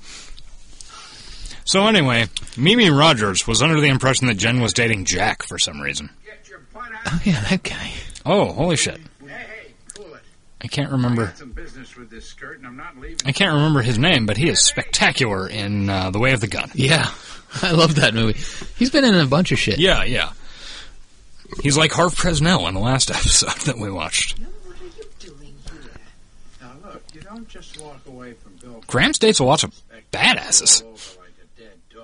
Speaker 1: So anyway, Mimi Rogers was under the impression that Jen was dating Jack for some reason.
Speaker 5: Get your butt out.
Speaker 2: Oh yeah, that guy.
Speaker 1: Oh, holy shit!
Speaker 5: Hey, hey, cool it.
Speaker 1: I can't
Speaker 5: I
Speaker 1: remember.
Speaker 5: got some business with this skirt, and I'm not leaving.
Speaker 1: I can't remember his name, but he is spectacular in uh, The Way of the Gun.
Speaker 2: Yeah, I love that movie. He's been in a bunch of shit.
Speaker 1: Yeah, yeah. He's like Harv Presnell in the last episode that we watched.
Speaker 4: what are you doing here?
Speaker 5: Now look, you don't just walk away from Bill.
Speaker 1: Graham dates lots of
Speaker 5: Beck.
Speaker 1: badasses.
Speaker 5: You're over like a dead dog.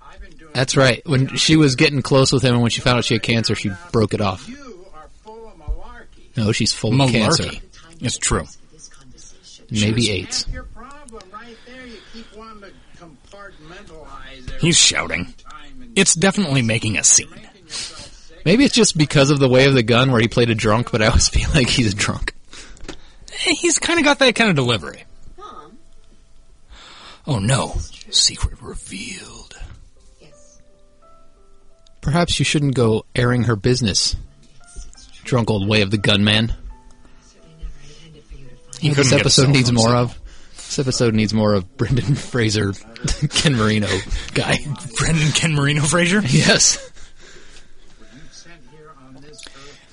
Speaker 5: I've been doing-
Speaker 2: That's right. When she was getting close with him, and when she found out she had cancer, she broke it off.
Speaker 5: You are full of malarkey.
Speaker 2: No, she's full of
Speaker 1: Malarkey.
Speaker 2: cancer.
Speaker 4: The time
Speaker 1: It's
Speaker 4: to
Speaker 1: true.
Speaker 4: rescue This conversation.
Speaker 2: Maybe
Speaker 1: Sure.
Speaker 2: AIDS.
Speaker 5: That's your problem right there. You keep wanting to compartmentalize
Speaker 1: He's shouting. It's definitely making a scene.
Speaker 2: Maybe it's just because of the way of the gun where he played a drunk, but I always feel like he's drunk.
Speaker 1: Eh, He's kind of got that kind of delivery.
Speaker 6: Mom?
Speaker 1: Oh no, secret revealed.
Speaker 4: Yes,
Speaker 2: Perhaps you shouldn't go airing her business, drunk old way of the gunman.
Speaker 4: certainly never intended for you to find.
Speaker 1: He
Speaker 2: this
Speaker 1: couldn't get
Speaker 2: episode
Speaker 1: himself
Speaker 2: needs
Speaker 1: from
Speaker 2: more
Speaker 1: some-
Speaker 2: of. This episode needs more of Brendan Fraser, Ken Marino guy.
Speaker 1: Brendan Ken Marino Frazier.
Speaker 2: Yes.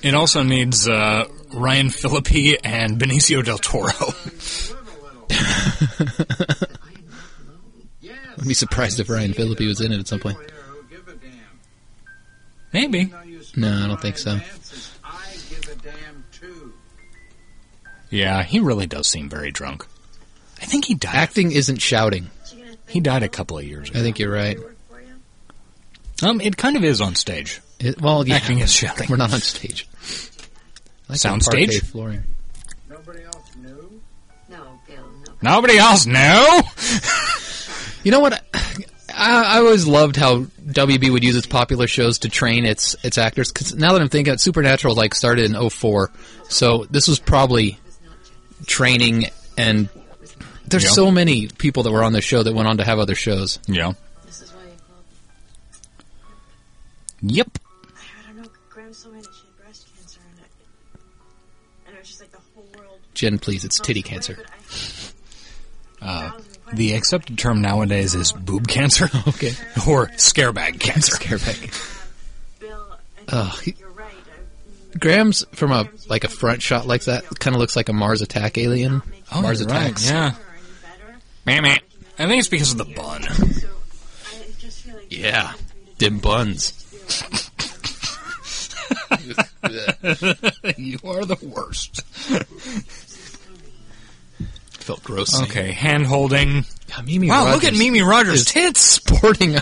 Speaker 1: It also needs uh, Ryan Phillippe and Benicio del Toro.
Speaker 2: I'd be surprised if Ryan Phillippe was in it at some point.
Speaker 1: Maybe.
Speaker 2: No, I don't think so.
Speaker 1: Yeah, he really does seem very drunk. I think he died.
Speaker 2: Acting isn't shouting.
Speaker 4: You're gonna think
Speaker 1: He died a couple of years ago.
Speaker 2: I think you're right.
Speaker 6: Work for you?
Speaker 1: Um, it kind of is on stage.
Speaker 2: It, well, yeah,
Speaker 1: Acting is shouting.
Speaker 2: we're not on stage. I like the
Speaker 1: Sound
Speaker 2: parquet
Speaker 1: stage?
Speaker 2: flooring. Oh.
Speaker 4: No, Bill, no.
Speaker 1: Nobody else know.
Speaker 2: You know what? I, I always loved how WB would use its popular shows to train its its actors. 'Cause now that I'm thinking, Supernatural like started in 04, so this was probably training. And there's
Speaker 1: Yeah.
Speaker 2: so many people that were on this show that went on to have other shows.
Speaker 1: Yeah.
Speaker 6: This is why you called.
Speaker 1: Yep.
Speaker 6: I don't know. Graham told me that she had breast cancer, and I, and I was just like, the whole world.
Speaker 2: Jen, please, it's
Speaker 6: felt
Speaker 2: titty
Speaker 6: so
Speaker 2: cancer. Uh,
Speaker 6: bad, but I- Thousand questions.
Speaker 1: The accepted term nowadays is boob cancer.
Speaker 2: Okay.
Speaker 1: Or scarebag cancer.
Speaker 2: Scareback.
Speaker 6: Bill, I
Speaker 2: Ugh,
Speaker 6: think
Speaker 2: he-
Speaker 6: you're right. I,
Speaker 2: Graham's from a like a front shot like that kind of looks like a Mars Attack alien.
Speaker 1: Oh,
Speaker 2: Mars
Speaker 1: you're right,
Speaker 2: Attacks.
Speaker 1: Yeah.
Speaker 6: Are you better?
Speaker 1: Meh, meh. I think it's because of the bun.
Speaker 6: So I just feel like
Speaker 2: Yeah.
Speaker 6: it's important for you to
Speaker 2: Dim buns.
Speaker 6: do what you
Speaker 1: you are the worst.
Speaker 2: Felt gross. saying
Speaker 1: Okay, hand holding.
Speaker 2: Yeah, Mimi
Speaker 1: Wow,
Speaker 2: Rogers
Speaker 1: look at Mimi Rogers'
Speaker 2: is
Speaker 1: tits.
Speaker 2: sporting uh,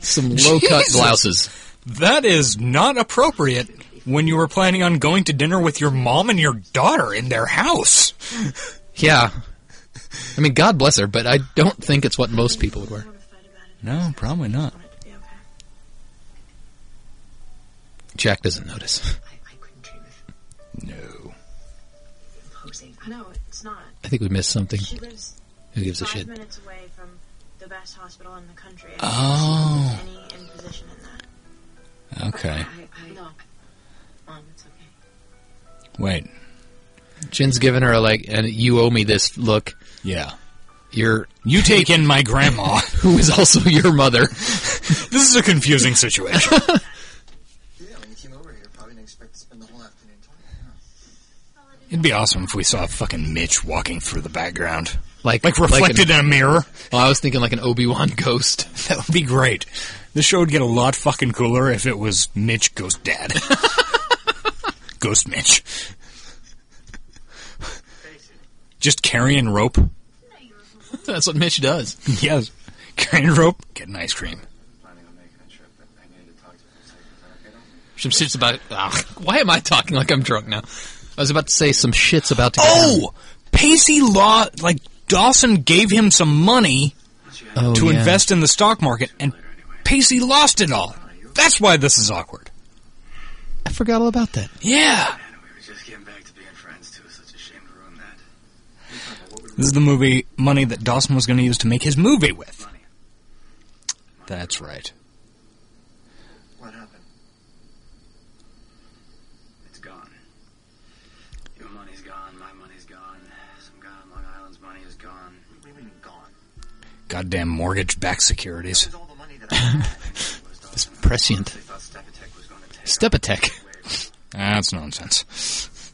Speaker 2: some low cut
Speaker 1: Jesus.
Speaker 2: blouses.
Speaker 1: That is not appropriate when you were planning on going to dinner with your mom and your daughter in their house.
Speaker 2: Yeah. I mean, God bless her, but I don't think it's what most people would wear.
Speaker 6: want to fight about it.
Speaker 1: No, probably not.
Speaker 6: I want it to be okay.
Speaker 2: Jack doesn't notice.
Speaker 4: I, I couldn't dream of
Speaker 1: No.
Speaker 4: imposing.
Speaker 6: No, it's not.
Speaker 2: I think we missed something.
Speaker 6: She lives
Speaker 2: Who gives a
Speaker 6: five
Speaker 2: shit? Uh.
Speaker 6: minutes away from the best hospital in the country. I don't
Speaker 1: Oh,
Speaker 6: think there's Any imposition in that.
Speaker 1: okay.
Speaker 4: I, I,
Speaker 6: No. Mom, it's okay.
Speaker 1: Wait.
Speaker 2: Jin's giving her a like, and you owe me this look.
Speaker 1: Yeah.
Speaker 2: You're
Speaker 1: You take in my grandma.
Speaker 2: who is also your mother.
Speaker 1: this is a confusing situation.
Speaker 3: Yeah, when you came over here, you probably didn't expect to spend the whole afternoon talking.
Speaker 1: It'd be awesome if we saw fucking Mitch walking through the background.
Speaker 2: Like
Speaker 1: Like
Speaker 2: an-
Speaker 1: reflected in a mirror.
Speaker 2: well, I was thinking like an Obi Wan ghost.
Speaker 1: That would be great. The show would get a lot fucking cooler if it was Mitch Ghost Dad. Ghost Mitch. Just carrying rope.
Speaker 2: That's what Mitch does.
Speaker 1: Yes. Carrying rope, getting ice cream.
Speaker 3: Planning on making a trip, but I needed to talk to you for a second. I don't
Speaker 2: Some shits about. Ah, why am I talking like I'm drunk now? I was about to say some shits about to. go
Speaker 1: Oh! Pacey Law, like, Dawson gave him some money
Speaker 2: down. Oh,
Speaker 1: to
Speaker 2: yeah.
Speaker 1: invest in the stock market, and Pacey lost it all. That's why this is awkward.
Speaker 2: I forgot all about that.
Speaker 1: Yeah.
Speaker 3: Man, we were just getting back to being friends too. It's such a shame to ruin that. You talk about what would
Speaker 1: This is the movie money that Dawson was going to use to make his movie with. That's right.
Speaker 3: what happened? It's gone. Your money's gone. My money's gone. Some guy on Long Island's money is gone. What do you mean gone?
Speaker 1: Goddamn mortgage-backed securities.
Speaker 3: This is all the money that I had.
Speaker 2: It's prescient.
Speaker 3: They thought Stepatech was going to take
Speaker 2: Stepatech.
Speaker 1: That's nonsense.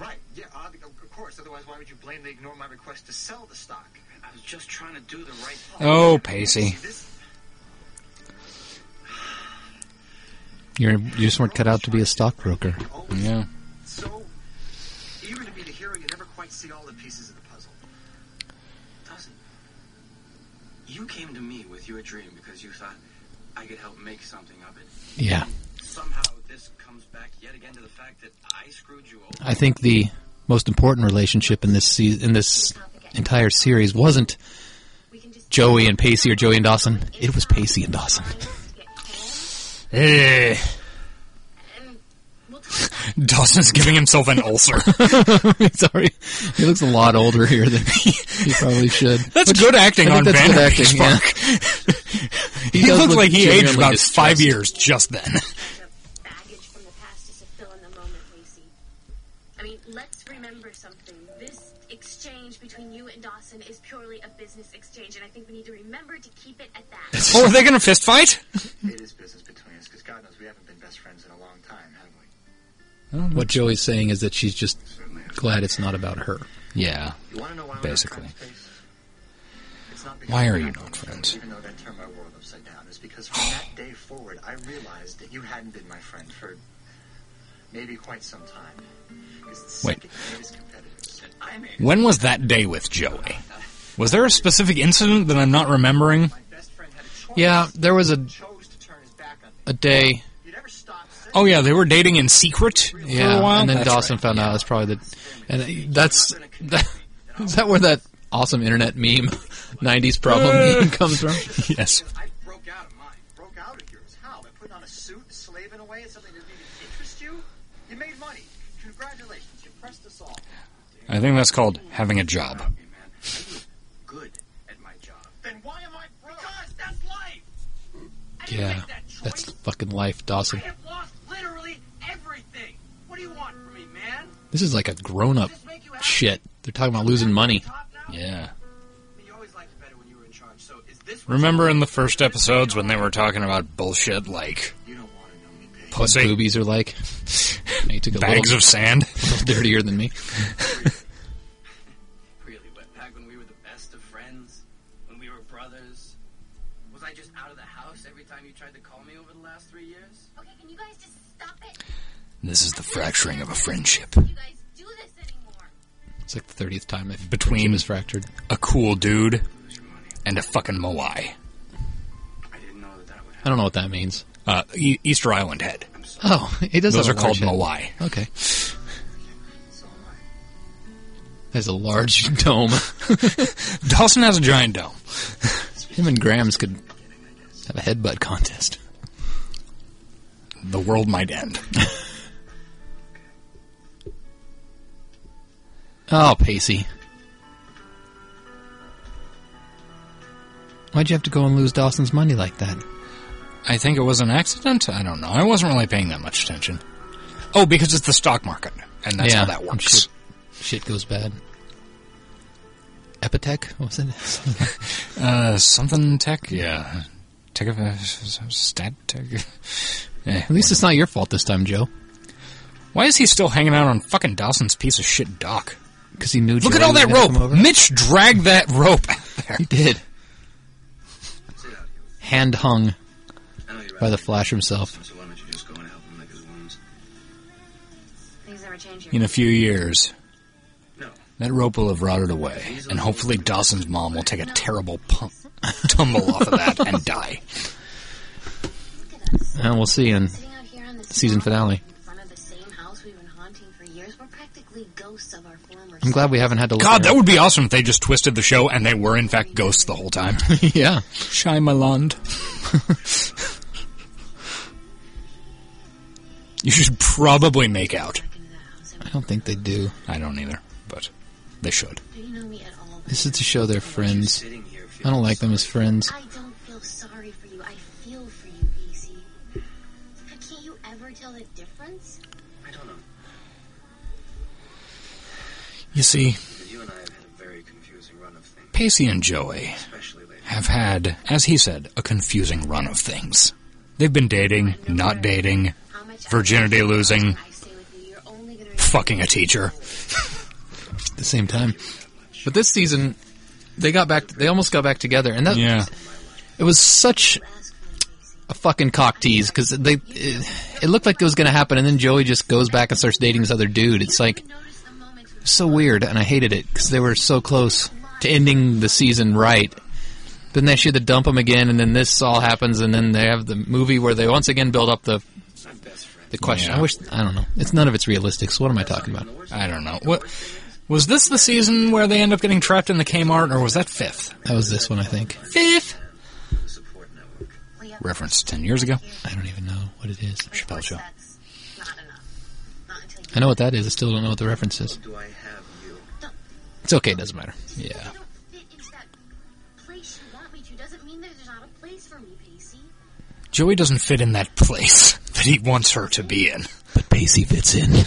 Speaker 3: Right, yeah, ob- of course. Otherwise, why would you blatantly ignore my request to sell the stock? I was just trying to do the right thing.
Speaker 1: Oh, Pacey.
Speaker 3: This,
Speaker 2: You're, you just weren't cut out to be a stockbroker.
Speaker 3: always
Speaker 1: Yeah.
Speaker 3: so eager to be the hero, you never quite see all the pieces of the puzzle. Dawson, you came to me with your dream because you thought I could help make something of it.
Speaker 2: Yeah.
Speaker 3: Somehow, this comes back yet again to the fact that I screwed you over.
Speaker 2: I think the most important relationship in this se- in this entire series wasn't
Speaker 4: We can just
Speaker 2: Joey and Pacey or Joey and Dawson. It was Pacey and Dawson.
Speaker 4: I have
Speaker 1: Eh.
Speaker 4: to get home, and we'll talk
Speaker 1: Dawson's giving himself an ulcer.
Speaker 2: Sorry, he looks a lot older here than he probably should.
Speaker 1: That's good acting
Speaker 2: I
Speaker 1: on
Speaker 2: think that's good
Speaker 1: Vanderbeek's
Speaker 2: acting,
Speaker 1: part. He,
Speaker 2: does
Speaker 1: looked
Speaker 2: look
Speaker 1: like he aged
Speaker 2: genuinely
Speaker 1: about five
Speaker 2: distressed.
Speaker 1: years just then.
Speaker 4: about baggage from the past is a fill in the moment, Lacey. I mean, let's remember something. This exchange between you and Dawson is purely a business exchange, and I think we need to remember to keep it at that.
Speaker 1: oh, are they going to fist fight?
Speaker 3: It is business between us, because God knows we haven't been best friends in a long time, have we?
Speaker 2: What Joey's saying is that she's just glad it's not about her.
Speaker 1: Yeah.
Speaker 3: You want to know why
Speaker 1: Basically.
Speaker 3: we're not friends, Pace? It's not because
Speaker 1: Why are
Speaker 3: we're
Speaker 1: you
Speaker 3: going
Speaker 1: not
Speaker 3: to
Speaker 1: friends?
Speaker 3: Even though that turned my world upside down, it's because from that day forward, I realized that you hadn't been my friend for maybe quite some time. It's the
Speaker 1: Wait.
Speaker 3: second greatest competitors. And I made it.
Speaker 1: When was that day with Joey? Was there a specific incident that I'm not remembering?
Speaker 5: My best friend had a choice.
Speaker 2: Yeah, there was a
Speaker 5: Chose to turn his back on me.
Speaker 2: a day.
Speaker 5: You never stopped saying
Speaker 1: Oh yeah, they were dating in secret for
Speaker 2: Yeah,
Speaker 1: a while.
Speaker 2: and then
Speaker 1: That's
Speaker 2: Dawson
Speaker 1: right.
Speaker 2: found out it's probably the,
Speaker 1: uh,
Speaker 2: and that's that, is that where that awesome internet meme, '90s problem meme comes from?
Speaker 1: Yes.
Speaker 5: I broke out of mine.
Speaker 3: broke out of yours. How? By putting on a suit, slaving away at something that didn't even interest you? You made money. Congratulations. You pressed us all.
Speaker 1: I think that's called having a job.
Speaker 3: Hey, man. I was good at my job. Then why am I broke? Because that's life. I didn't
Speaker 2: Yeah,
Speaker 3: make that choice.
Speaker 2: that's fucking life, Dawson.
Speaker 3: I have lost literally everything. What do you want from me, man?
Speaker 2: This is like a
Speaker 1: Oh,
Speaker 2: grown-up
Speaker 3: Does this make you happy?
Speaker 2: shit. They're talking about losing money.
Speaker 3: Top now?
Speaker 1: Yeah.
Speaker 3: I mean, you always liked it better when you were in charge. So is this what
Speaker 1: Remember in the first episodes when they were talking about bullshit like
Speaker 3: you don't want to know me, Paige.
Speaker 2: What
Speaker 1: Pussy.
Speaker 2: boobies are like? And he took a
Speaker 1: bags
Speaker 2: little,
Speaker 1: of sand?
Speaker 2: little dirtier than me.
Speaker 5: Really, went back when we were the best of friends, when we were brothers. Was I just out of the house every time you tried to call me over the last three years?
Speaker 4: Okay, can you guys just stop it?
Speaker 1: This is the fracturing of a friendship.
Speaker 4: You guys do this anymore.
Speaker 2: It's like the thirtieth time my
Speaker 1: Between-
Speaker 2: friendship is fractured.
Speaker 1: A cool dude
Speaker 5: Lose your money.
Speaker 1: and a fucking moai.
Speaker 5: I didn't know that that would
Speaker 2: I don't know what that means.
Speaker 1: Uh, E- Easter Island head.
Speaker 2: Oh, it does.
Speaker 1: Those are
Speaker 2: have a
Speaker 1: called
Speaker 2: large head.
Speaker 1: moai.
Speaker 2: Okay,
Speaker 3: So am I.
Speaker 2: has a large dome.
Speaker 1: Dawson has a giant dome.
Speaker 2: Him and Grams could have a headbutt contest.
Speaker 1: The world might end.
Speaker 2: Oh, Pacey. Why'd you have to go and lose Dawson's money like that?
Speaker 1: I think it was an accident. I don't know. I wasn't really paying that much attention. Oh, because it's the stock market, and that's
Speaker 2: Yeah,
Speaker 1: how that
Speaker 2: I'm
Speaker 1: works.
Speaker 2: sure. Shit goes bad. Epitech? What was it?
Speaker 1: Uh, something tech, yeah. Tech of uh, stat tech. Eh,
Speaker 2: At least it's not your fault this time, Joe.
Speaker 1: Why is he still hanging out on fucking Dawson's piece of shit dock?
Speaker 2: Because he knew.
Speaker 1: Look at
Speaker 2: Joey
Speaker 1: all
Speaker 2: was
Speaker 1: that
Speaker 2: gonna come
Speaker 1: rope.
Speaker 2: over.
Speaker 1: Mitch dragged that rope out there.
Speaker 2: He did.
Speaker 3: Sit down, you.
Speaker 2: Hand hung
Speaker 3: I know you're
Speaker 2: by
Speaker 3: out.
Speaker 2: the Flash himself.
Speaker 3: So why don't you just go and help him lick his wounds?
Speaker 4: Things never change here.
Speaker 1: In a few years,
Speaker 3: No.
Speaker 1: that rope will have rotted away, and hopefully Dawson's mom will take a terrible pump, tumble off of that and die.
Speaker 4: Look at us.
Speaker 2: And Uh, we'll see. And
Speaker 4: Sitting out here on the
Speaker 2: Season finale.
Speaker 4: In front of the same house we've been haunting for years. We're practically ghosts of our former
Speaker 1: Mm.
Speaker 2: I'm glad we haven't had to. Look
Speaker 1: God,
Speaker 2: at
Speaker 1: that would be awesome if they just twisted the show and they were in fact ghosts the whole time.
Speaker 2: her. yeah.
Speaker 1: Shyamalan. you should probably make out.
Speaker 4: back into the house.
Speaker 2: I don't think they do.
Speaker 1: I don't either, but they should.
Speaker 4: Do you know me at all?
Speaker 2: This is to show they're friends.
Speaker 3: Sitting here
Speaker 2: I don't like them as friends.
Speaker 4: I don't feel sorry for you. I feel for you, Casey. Can't you ever tell the difference?
Speaker 3: I don't know.
Speaker 1: You see,
Speaker 3: Because you and I have had a very confusing run of things,
Speaker 1: Pacey and Joey
Speaker 3: especially lately.
Speaker 1: have had, as he said, a confusing run of things. They've been dating, not dating,
Speaker 4: How much
Speaker 1: Virginity losing.
Speaker 4: I stay with you, you're only gonna
Speaker 1: fucking a teacher.
Speaker 2: At the same time, but this season they got back. They almost got back together, and that
Speaker 1: Yeah.
Speaker 2: it was such
Speaker 4: ask for me, Casey.
Speaker 2: a fucking cock tease because they it, it looked like it was going to happen, and then Joey just goes back and starts dating this other dude. It's like
Speaker 4: You notice the moment we
Speaker 2: so weird, and I hated it because they were so close to ending the season right. Then they should have dump him again, and then this all happens, and then they have the movie where they once again build up the
Speaker 3: It's not best friend.
Speaker 2: the question.
Speaker 1: Yeah.
Speaker 2: I wish I don't know. It's none of it's realistic. So what am I talking about?
Speaker 3: The worst
Speaker 1: I don't know. What? Was this the season where they end up getting trapped in the Kmart, or was that fifth?
Speaker 2: That was this one, I think.
Speaker 1: Fifth!
Speaker 3: the support network.
Speaker 4: Leah,
Speaker 1: Referenced 10 years ago.
Speaker 2: I don't even know what it is.
Speaker 4: of course
Speaker 1: Chappelle Show.
Speaker 4: That's not enough. Not until you
Speaker 2: I know what that is. I still don't know what the reference is.
Speaker 3: Do I have you?
Speaker 2: It's okay. It doesn't matter. Yeah.
Speaker 4: If I don't fit into that place you want me to, doesn't mean that there's not a place for me, Pacey.
Speaker 1: Joey doesn't fit in that place that he wants her to be in.
Speaker 2: But Basie fits in.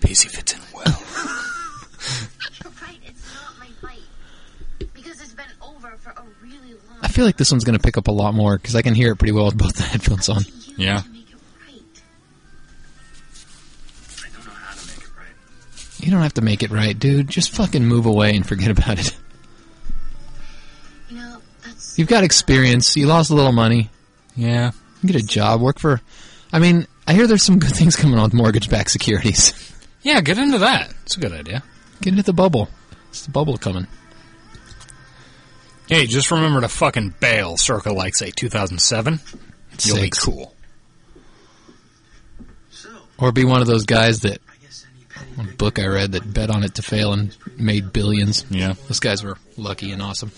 Speaker 1: Pacey fits in well.
Speaker 4: You're right, it's not my fight. Because it's been over for a really long
Speaker 2: I feel like this one's going to pick up a lot more because I can hear it pretty well with both the headphones on.
Speaker 4: you
Speaker 1: Yeah.
Speaker 4: to make it right.
Speaker 3: I don't know how to make it right.
Speaker 2: You don't have to make it right, dude. Just fucking move away and forget about it.
Speaker 4: You know, that's
Speaker 2: You've got experience. You lost a little money.
Speaker 1: Yeah.
Speaker 2: You get a job. Work for. I mean, I hear there's some good things coming on with mortgage backed securities.
Speaker 1: Yeah, get into that. It's a good idea.
Speaker 2: Get into the bubble. It's the bubble coming.
Speaker 1: Hey, just remember to fucking bail circa like, say, 2007. You'll
Speaker 2: Six.
Speaker 1: be cool.
Speaker 3: So,
Speaker 2: Or be one of those guys that.
Speaker 3: I guess any petty
Speaker 2: One book I read that bet on it to fail and made billions.
Speaker 1: Yeah.
Speaker 2: Those guys were lucky and awesome.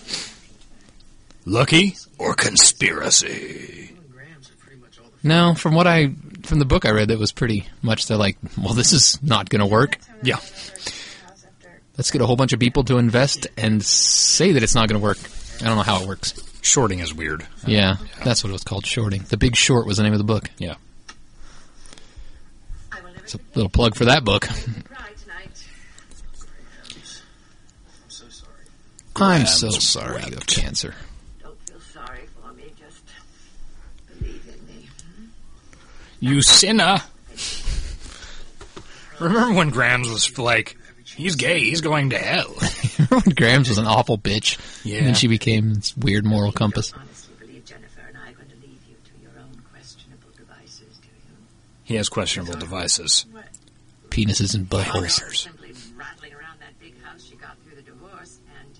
Speaker 1: Lucky or conspiracy?
Speaker 3: grams are pretty much all the
Speaker 2: No, from what I from the book I read, that was pretty much. They're like, well, this is not going to work.
Speaker 1: Yeah.
Speaker 2: Let's get a whole bunch of people to invest and say that it's not going to work. I don't know how it works.
Speaker 1: Shorting is weird.
Speaker 2: Yeah, that's what it was called, shorting. The Big Short was the name of the book.
Speaker 1: Yeah.
Speaker 4: I will never
Speaker 2: It's a little plug for that book.
Speaker 4: cry tonight.
Speaker 3: grams. I'm so sorry.
Speaker 2: I'm so
Speaker 1: Grams
Speaker 2: sorry you have
Speaker 1: wept.
Speaker 2: cancer.
Speaker 7: Don't feel sorry for me. Just believe in me.
Speaker 1: You sinner! Remember when Grams was like, he's gay, he's going to hell.
Speaker 2: Remember when Grams was an awful bitch?
Speaker 1: Yeah.
Speaker 2: And then she became this weird moral compass.
Speaker 7: You don't honestly believe Jennifer and I are going to leave you to your own questionable devices, do you?
Speaker 1: He has questionable devices.
Speaker 2: Penises and buttholes.
Speaker 7: You're Simply rattling around that big house she got through the divorce, and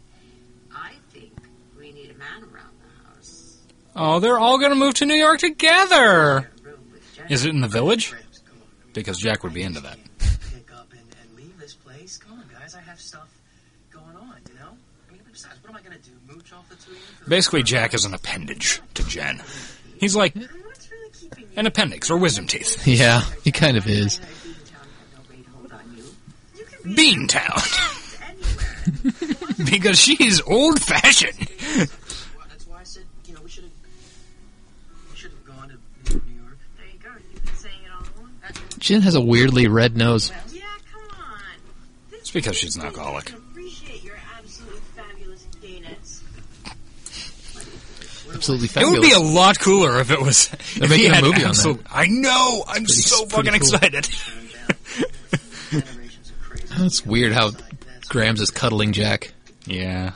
Speaker 7: I think we need a man around the house.
Speaker 1: Oh, they're all going to move to New York together!
Speaker 7: A room with Jennifer.
Speaker 1: Is it in the village?
Speaker 3: Grams, come on.
Speaker 1: Because Jack would be into that.
Speaker 3: Pick up and, and leave this place. Come on, guys. I have stuff going on, you know? I mean, besides, what am I going to do? Mooch off the two of you? for the-
Speaker 1: Basically, Jack is an appendage to Jen. He's like
Speaker 6: And what's really keeping you?
Speaker 1: an appendix or wisdom teeth.
Speaker 2: Yeah, he kind of is.
Speaker 7: I heard Beantown had no great hold on you.
Speaker 6: You can be
Speaker 1: Beantown!
Speaker 6: anywhere.
Speaker 1: because she's old fashioned.
Speaker 3: Well, That's why I said, you know, we should have. We should have gone to New York.
Speaker 6: There you go. You've been saying it all along.
Speaker 2: Jen has a weirdly red nose.
Speaker 6: Yeah, come on. This
Speaker 1: It's because she's an alcoholic.
Speaker 6: I appreciate your absolutely fabulous gayness.
Speaker 2: Absolutely
Speaker 1: It
Speaker 2: fabulous.
Speaker 1: would be a lot cooler if it was. if he
Speaker 2: making a
Speaker 1: had
Speaker 2: movie on
Speaker 1: absolute- I know. I'm
Speaker 2: pretty-
Speaker 1: so
Speaker 2: it's pretty
Speaker 1: fucking
Speaker 2: cool.
Speaker 1: excited.
Speaker 3: Turn down. Generations are crazy.
Speaker 2: That's weird how Grams is cuddling Jack.
Speaker 1: Yeah.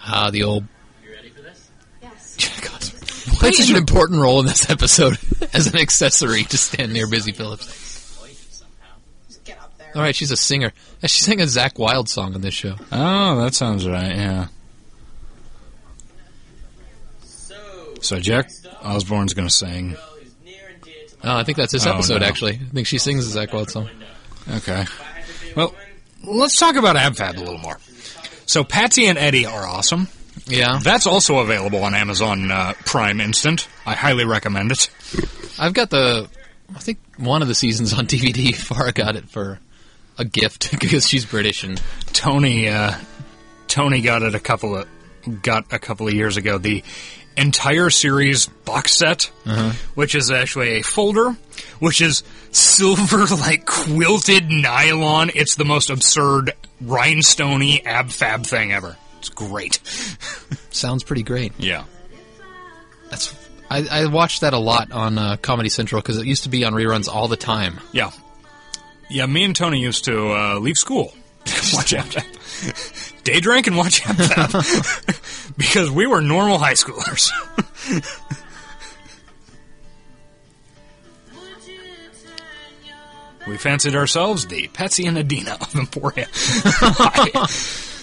Speaker 2: Ah, the old.
Speaker 5: You ready for this?
Speaker 4: Yes.
Speaker 2: Jack Osborne. Plays such an important role in this episode as an accessory to stand near Busy Phillips.
Speaker 5: Exploit you somehow.
Speaker 6: Just get up there.
Speaker 2: All right, she's a singer. Uh, She sang a Zach Wilde song on this show.
Speaker 1: Oh, that sounds right. Yeah.
Speaker 5: So,
Speaker 1: So Jack Osborne's gonna sing.
Speaker 5: girl who's near and dear to my
Speaker 2: Oh, I think that's this
Speaker 1: Oh,
Speaker 2: episode,
Speaker 1: no.
Speaker 2: actually. I think she sings a Zach Wilde song.
Speaker 5: window. If
Speaker 1: Okay.
Speaker 5: I had to be a
Speaker 1: Well-
Speaker 5: woman,
Speaker 1: Let's talk about AbFab a little more. So Patsy and Eddie are awesome.
Speaker 2: Yeah.
Speaker 1: That's also available on Amazon uh, Prime Instant. I highly recommend it.
Speaker 2: I've got the. I think one of the seasons on DVD. Farah got it for a gift because she's British and
Speaker 1: Tony uh, Tony got it a couple of got a couple of years ago. The entire series box set, which is actually a folder, which is silver like quilted nylon. It's the most absurd rhinestone-y ab fab thing ever. It's great.
Speaker 2: sounds pretty great.
Speaker 1: Yeah.
Speaker 2: That's. I, I watched that a lot on uh, Comedy Central because it used to be on reruns all the time.
Speaker 1: Yeah. Yeah, me and Tony used to uh, leave school, watch AbFab. Day drink and watch AbFab. because we were normal high schoolers. we fancied ourselves the Patsy and Adina of Emporia.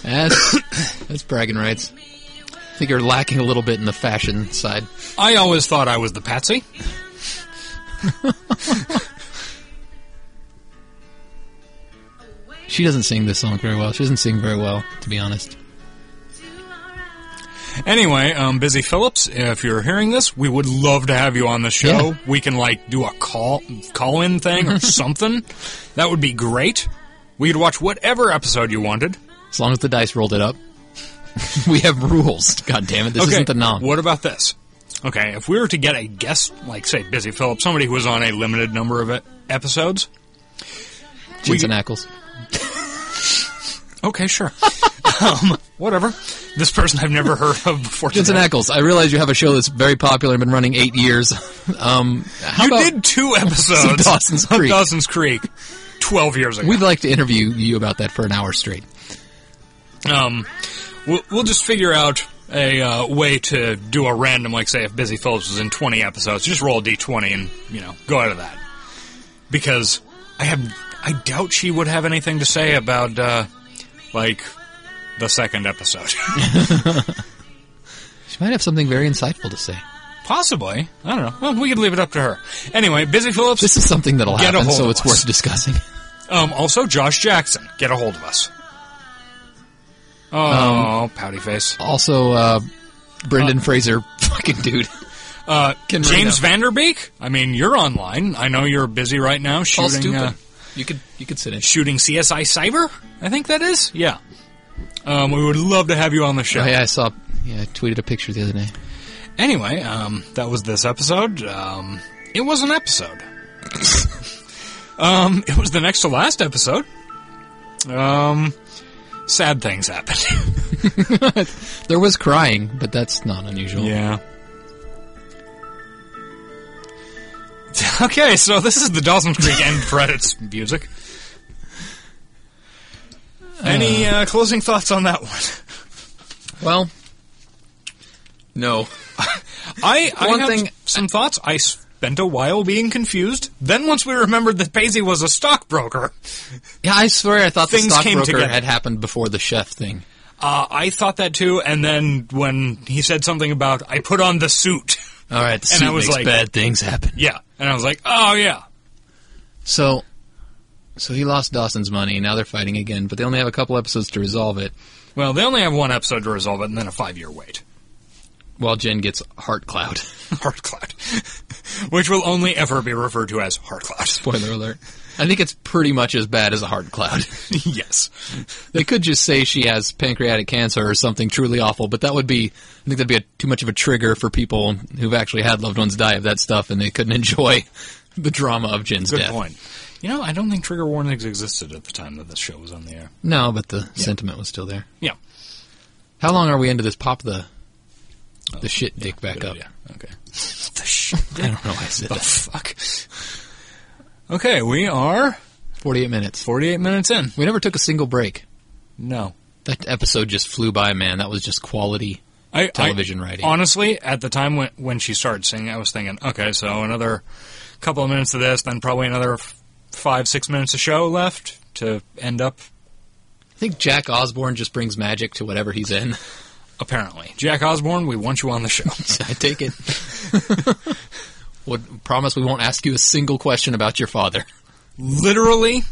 Speaker 2: That's, that's bragging rights. I think you're lacking a little bit in the fashion side.
Speaker 1: I always thought I was the Patsy.
Speaker 2: She doesn't sing this song very well. She doesn't sing very well, to be honest.
Speaker 1: Anyway, um, Busy Phillips, if you're hearing this, we would love to have you on the show.
Speaker 2: Yeah.
Speaker 1: We can like do a call call in thing or something. That would be great. We could watch whatever episode you wanted.
Speaker 2: As long as the dice rolled it up. we have rules. God damn it. This
Speaker 1: okay.
Speaker 2: isn't the nom.
Speaker 1: What about this? Okay, if we were to get a guest, like say Busy Phillips, somebody who was on a limited number of e- episodes.
Speaker 2: Gins
Speaker 1: we-
Speaker 2: and Ackles.
Speaker 1: Okay, sure. um, whatever. This person I've never heard of before.
Speaker 2: Gins and
Speaker 1: today.
Speaker 2: Ackles. I realize you have a show that's very popular and been running eight years. um, how
Speaker 1: You
Speaker 2: about
Speaker 1: did two episodes
Speaker 2: Dawson's
Speaker 1: on
Speaker 2: Creek.
Speaker 1: Dawson's Creek, twelve years ago.
Speaker 2: We'd like to interview you about that for an hour straight.
Speaker 1: Um, we'll, we'll just figure out a uh, way to do a random, like say, if Busy Phillips was in 20 episodes, just roll a d20 and you know go out of that. Because I have, I doubt she would have anything to say about uh, like the second episode.
Speaker 2: She might have something very insightful to say.
Speaker 1: Possibly, I don't know. Well, we could leave it up to her. Anyway, Busy Phillips.
Speaker 2: This is something that'll
Speaker 1: Get a
Speaker 2: happen,
Speaker 1: hold
Speaker 2: so
Speaker 1: of
Speaker 2: it's
Speaker 1: us.
Speaker 2: worth discussing.
Speaker 1: Um, also, Josh Jackson, get a hold of us. Oh, pouty face.
Speaker 2: Also, uh, Brendan Fraser, fucking dude.
Speaker 1: Uh,
Speaker 2: Can
Speaker 1: James
Speaker 2: Reno-
Speaker 1: Vanderbeek. I mean, you're online. I know you're busy right now
Speaker 2: All
Speaker 1: shooting
Speaker 2: stupid.
Speaker 1: uh,
Speaker 2: you could you could sit in.
Speaker 1: shooting CSI Cyber. I think that is. Yeah. Um, we would love to have you on the show.
Speaker 2: Oh, yeah, I saw. Yeah, I tweeted a picture the other day.
Speaker 1: Anyway, um, that was this episode. Um, it was an episode. um, it was the next to last episode. Um, sad things happened.
Speaker 2: There was crying, but that's not unusual.
Speaker 1: Yeah. Okay, so this is the Dawson's Creek end credits music. Any uh, closing thoughts on that one?
Speaker 2: Well, no.
Speaker 1: I, I
Speaker 2: One
Speaker 1: have
Speaker 2: thing-
Speaker 1: some thoughts. I spent a while being confused. Then once we remembered that Paisley was a stockbroker,
Speaker 2: Yeah, I swear I thought
Speaker 1: Things
Speaker 2: the
Speaker 1: came
Speaker 2: stockbroker
Speaker 1: together.
Speaker 2: had happened before the chef thing.
Speaker 1: uh, I thought that too. And then when he said something about I put on the suit,
Speaker 2: All right, the
Speaker 1: And
Speaker 2: suit
Speaker 1: I was
Speaker 2: makes
Speaker 1: like-
Speaker 2: bad things happen.
Speaker 1: yeah, and I was like, oh yeah,
Speaker 2: So, so he lost Dawson's money. Now they're fighting again, but they only have a couple episodes to resolve it.
Speaker 1: well they only have one episode to resolve it, and then a five year wait.
Speaker 2: While Jen gets heart cloud.
Speaker 1: Heart Cloud, which will only ever be referred to as Heart Cloud.
Speaker 2: Spoiler alert. I think it's pretty much as bad as a heart cloud.
Speaker 1: yes.
Speaker 2: They could just say she has pancreatic cancer or something truly awful, but that would be, I think that'd be a, too much of a trigger for people who've actually had loved ones die of that stuff and they couldn't enjoy the drama of Jen's
Speaker 1: Good
Speaker 2: death.
Speaker 1: point. You know, I don't think trigger warnings existed at the time that this show was on the air.
Speaker 2: No, but the sentiment was still there.
Speaker 1: Yeah.
Speaker 2: How long are we into this? Pop the the shit dick back
Speaker 1: Uh, Good
Speaker 2: up.
Speaker 1: idea. Okay. the shit.
Speaker 2: I don't know why I said
Speaker 1: the
Speaker 2: that.
Speaker 1: fuck? Okay, we are
Speaker 2: 48 minutes.
Speaker 1: 48 minutes in.
Speaker 2: We never took a single break.
Speaker 1: No.
Speaker 2: That episode just flew by, man. That was just quality.
Speaker 1: I,
Speaker 2: Television
Speaker 1: I-
Speaker 2: writing.
Speaker 1: Honestly, at the time when, when she started singing, I was thinking, okay, so another couple of minutes of this, then probably another f- five, six minutes of show left to end up
Speaker 2: I think Jack Osborne just brings magic to whatever he's in.
Speaker 1: apparently. Jack Osborne, we want you on the show.
Speaker 2: I take it. Would promise we won't ask you a single question about your father.
Speaker 1: literally,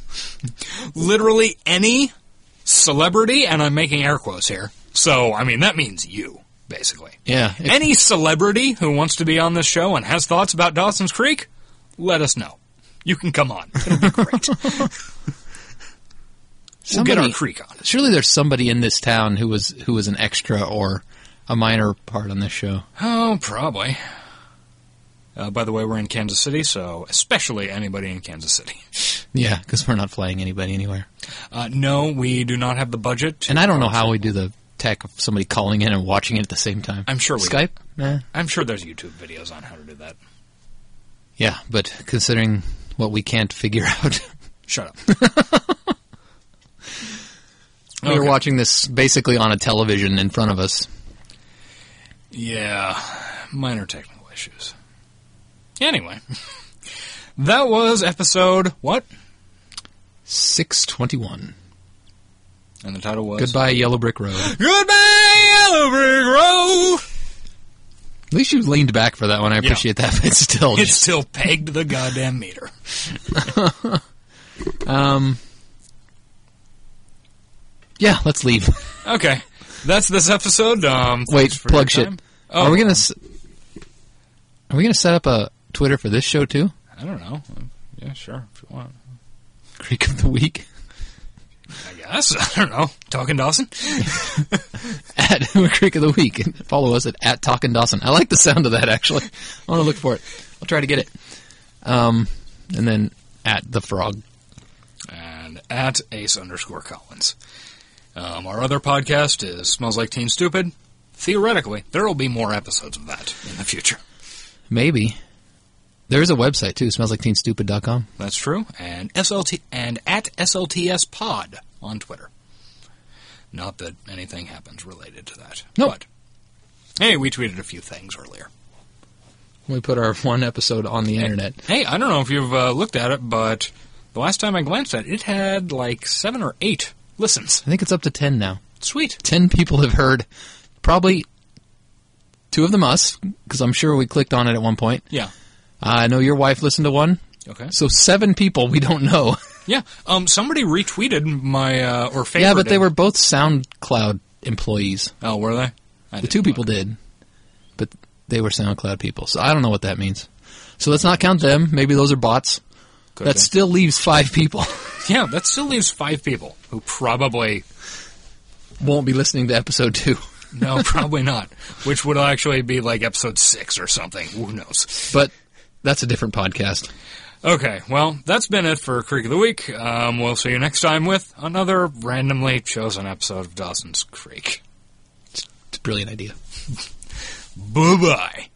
Speaker 1: literally any celebrity, and I'm making air quotes here. So, I mean, that means you, basically.
Speaker 2: Yeah. If,
Speaker 1: Any celebrity who wants to be on this show and has thoughts about Dawson's Creek, let us know. You can come on. It'll be great. we'll get our
Speaker 2: Somebody-
Speaker 1: creek on.
Speaker 2: surely there's somebody in this town who was who was an extra or a minor part on this show.
Speaker 1: Oh, probably. Uh, by the way, we're in Kansas City, so especially anybody in Kansas City.
Speaker 2: Yeah, because we're not flying anybody anywhere.
Speaker 1: Uh, no, we do not have the budget. to-
Speaker 2: And I don't know how we do the tech of somebody calling in and watching it at the same time.
Speaker 1: I'm sure we-
Speaker 2: Skype. Nah.
Speaker 1: I'm sure there's YouTube videos on how to do that.
Speaker 2: Yeah, but considering what we can't figure out,
Speaker 1: Shut up.
Speaker 2: we were
Speaker 1: Okay.
Speaker 2: watching this basically on a television in front of us.
Speaker 1: Yeah, minor technical issues. Anyway, that was episode what?
Speaker 2: Six twenty-one.
Speaker 1: And the title was
Speaker 2: Goodbye, Yellow Brick Road.
Speaker 1: Goodbye, Yellow Brick Road.
Speaker 2: At least you leaned back for that one. I appreciate that. But it's still
Speaker 1: It's
Speaker 2: just,
Speaker 1: still pegged to the goddamn meter.
Speaker 2: um, Yeah, let's leave.
Speaker 1: Okay, that's this episode. Um,
Speaker 2: Wait,
Speaker 1: thanks for
Speaker 2: plug
Speaker 1: your
Speaker 2: shit.
Speaker 1: time. Oh,
Speaker 2: Are we gonna? s- Are we gonna set up a Twitter for this show too?
Speaker 1: Oh, I don't know. Yeah, sure. If you want,
Speaker 2: Creek of the week
Speaker 1: I guess. I don't know. Talking Dawson.
Speaker 2: at Creek of the week. And follow us at at Talkin Dawson. I like the sound of that actually. I want to look for it. I'll try to get it. Um, and then at the frog.
Speaker 1: and at ace underscore collins. Um, our other podcast is Smells Like Teen Stupid. Theoretically, there will be more episodes of that in the future.
Speaker 2: Maybe. There is a website too, smellslikeTeenStupid.com.
Speaker 1: That's true. And SLT and at SLTS Pod on Twitter. Not that anything happens related to that.
Speaker 2: No.
Speaker 1: But, hey, we tweeted a few things earlier.
Speaker 2: We put our one episode on the internet.
Speaker 1: Hey, I don't know if you've uh, looked at it, but the last time I glanced at it, it had like seven or eight listens.
Speaker 2: I think it's up to 10 now.
Speaker 1: Sweet.
Speaker 2: 10 people have heard probably two of them us because i'm sure we clicked on it at one point Uh,
Speaker 1: Yeah.
Speaker 2: i know your wife listened to one
Speaker 1: Okay.
Speaker 2: so seven people we don't know
Speaker 1: Yeah. Um. Somebody retweeted my uh, or favorited.
Speaker 2: yeah but they were both soundcloud employees
Speaker 1: Oh, were they? I
Speaker 2: the two people did but they were soundcloud people so i don't know what that means so let's not count them maybe those are bots that still leaves five people
Speaker 1: yeah. That still leaves five people who probably
Speaker 2: won't be listening to episode two
Speaker 1: no, probably not. Which would actually be like episode six or something. Who knows?
Speaker 2: but that's a different podcast
Speaker 1: Okay. Well, that's been it for Creek of the Week. Um, we'll see you next time with another randomly chosen episode of Dawson's Creek.
Speaker 2: it's a brilliant idea
Speaker 1: Bye bye.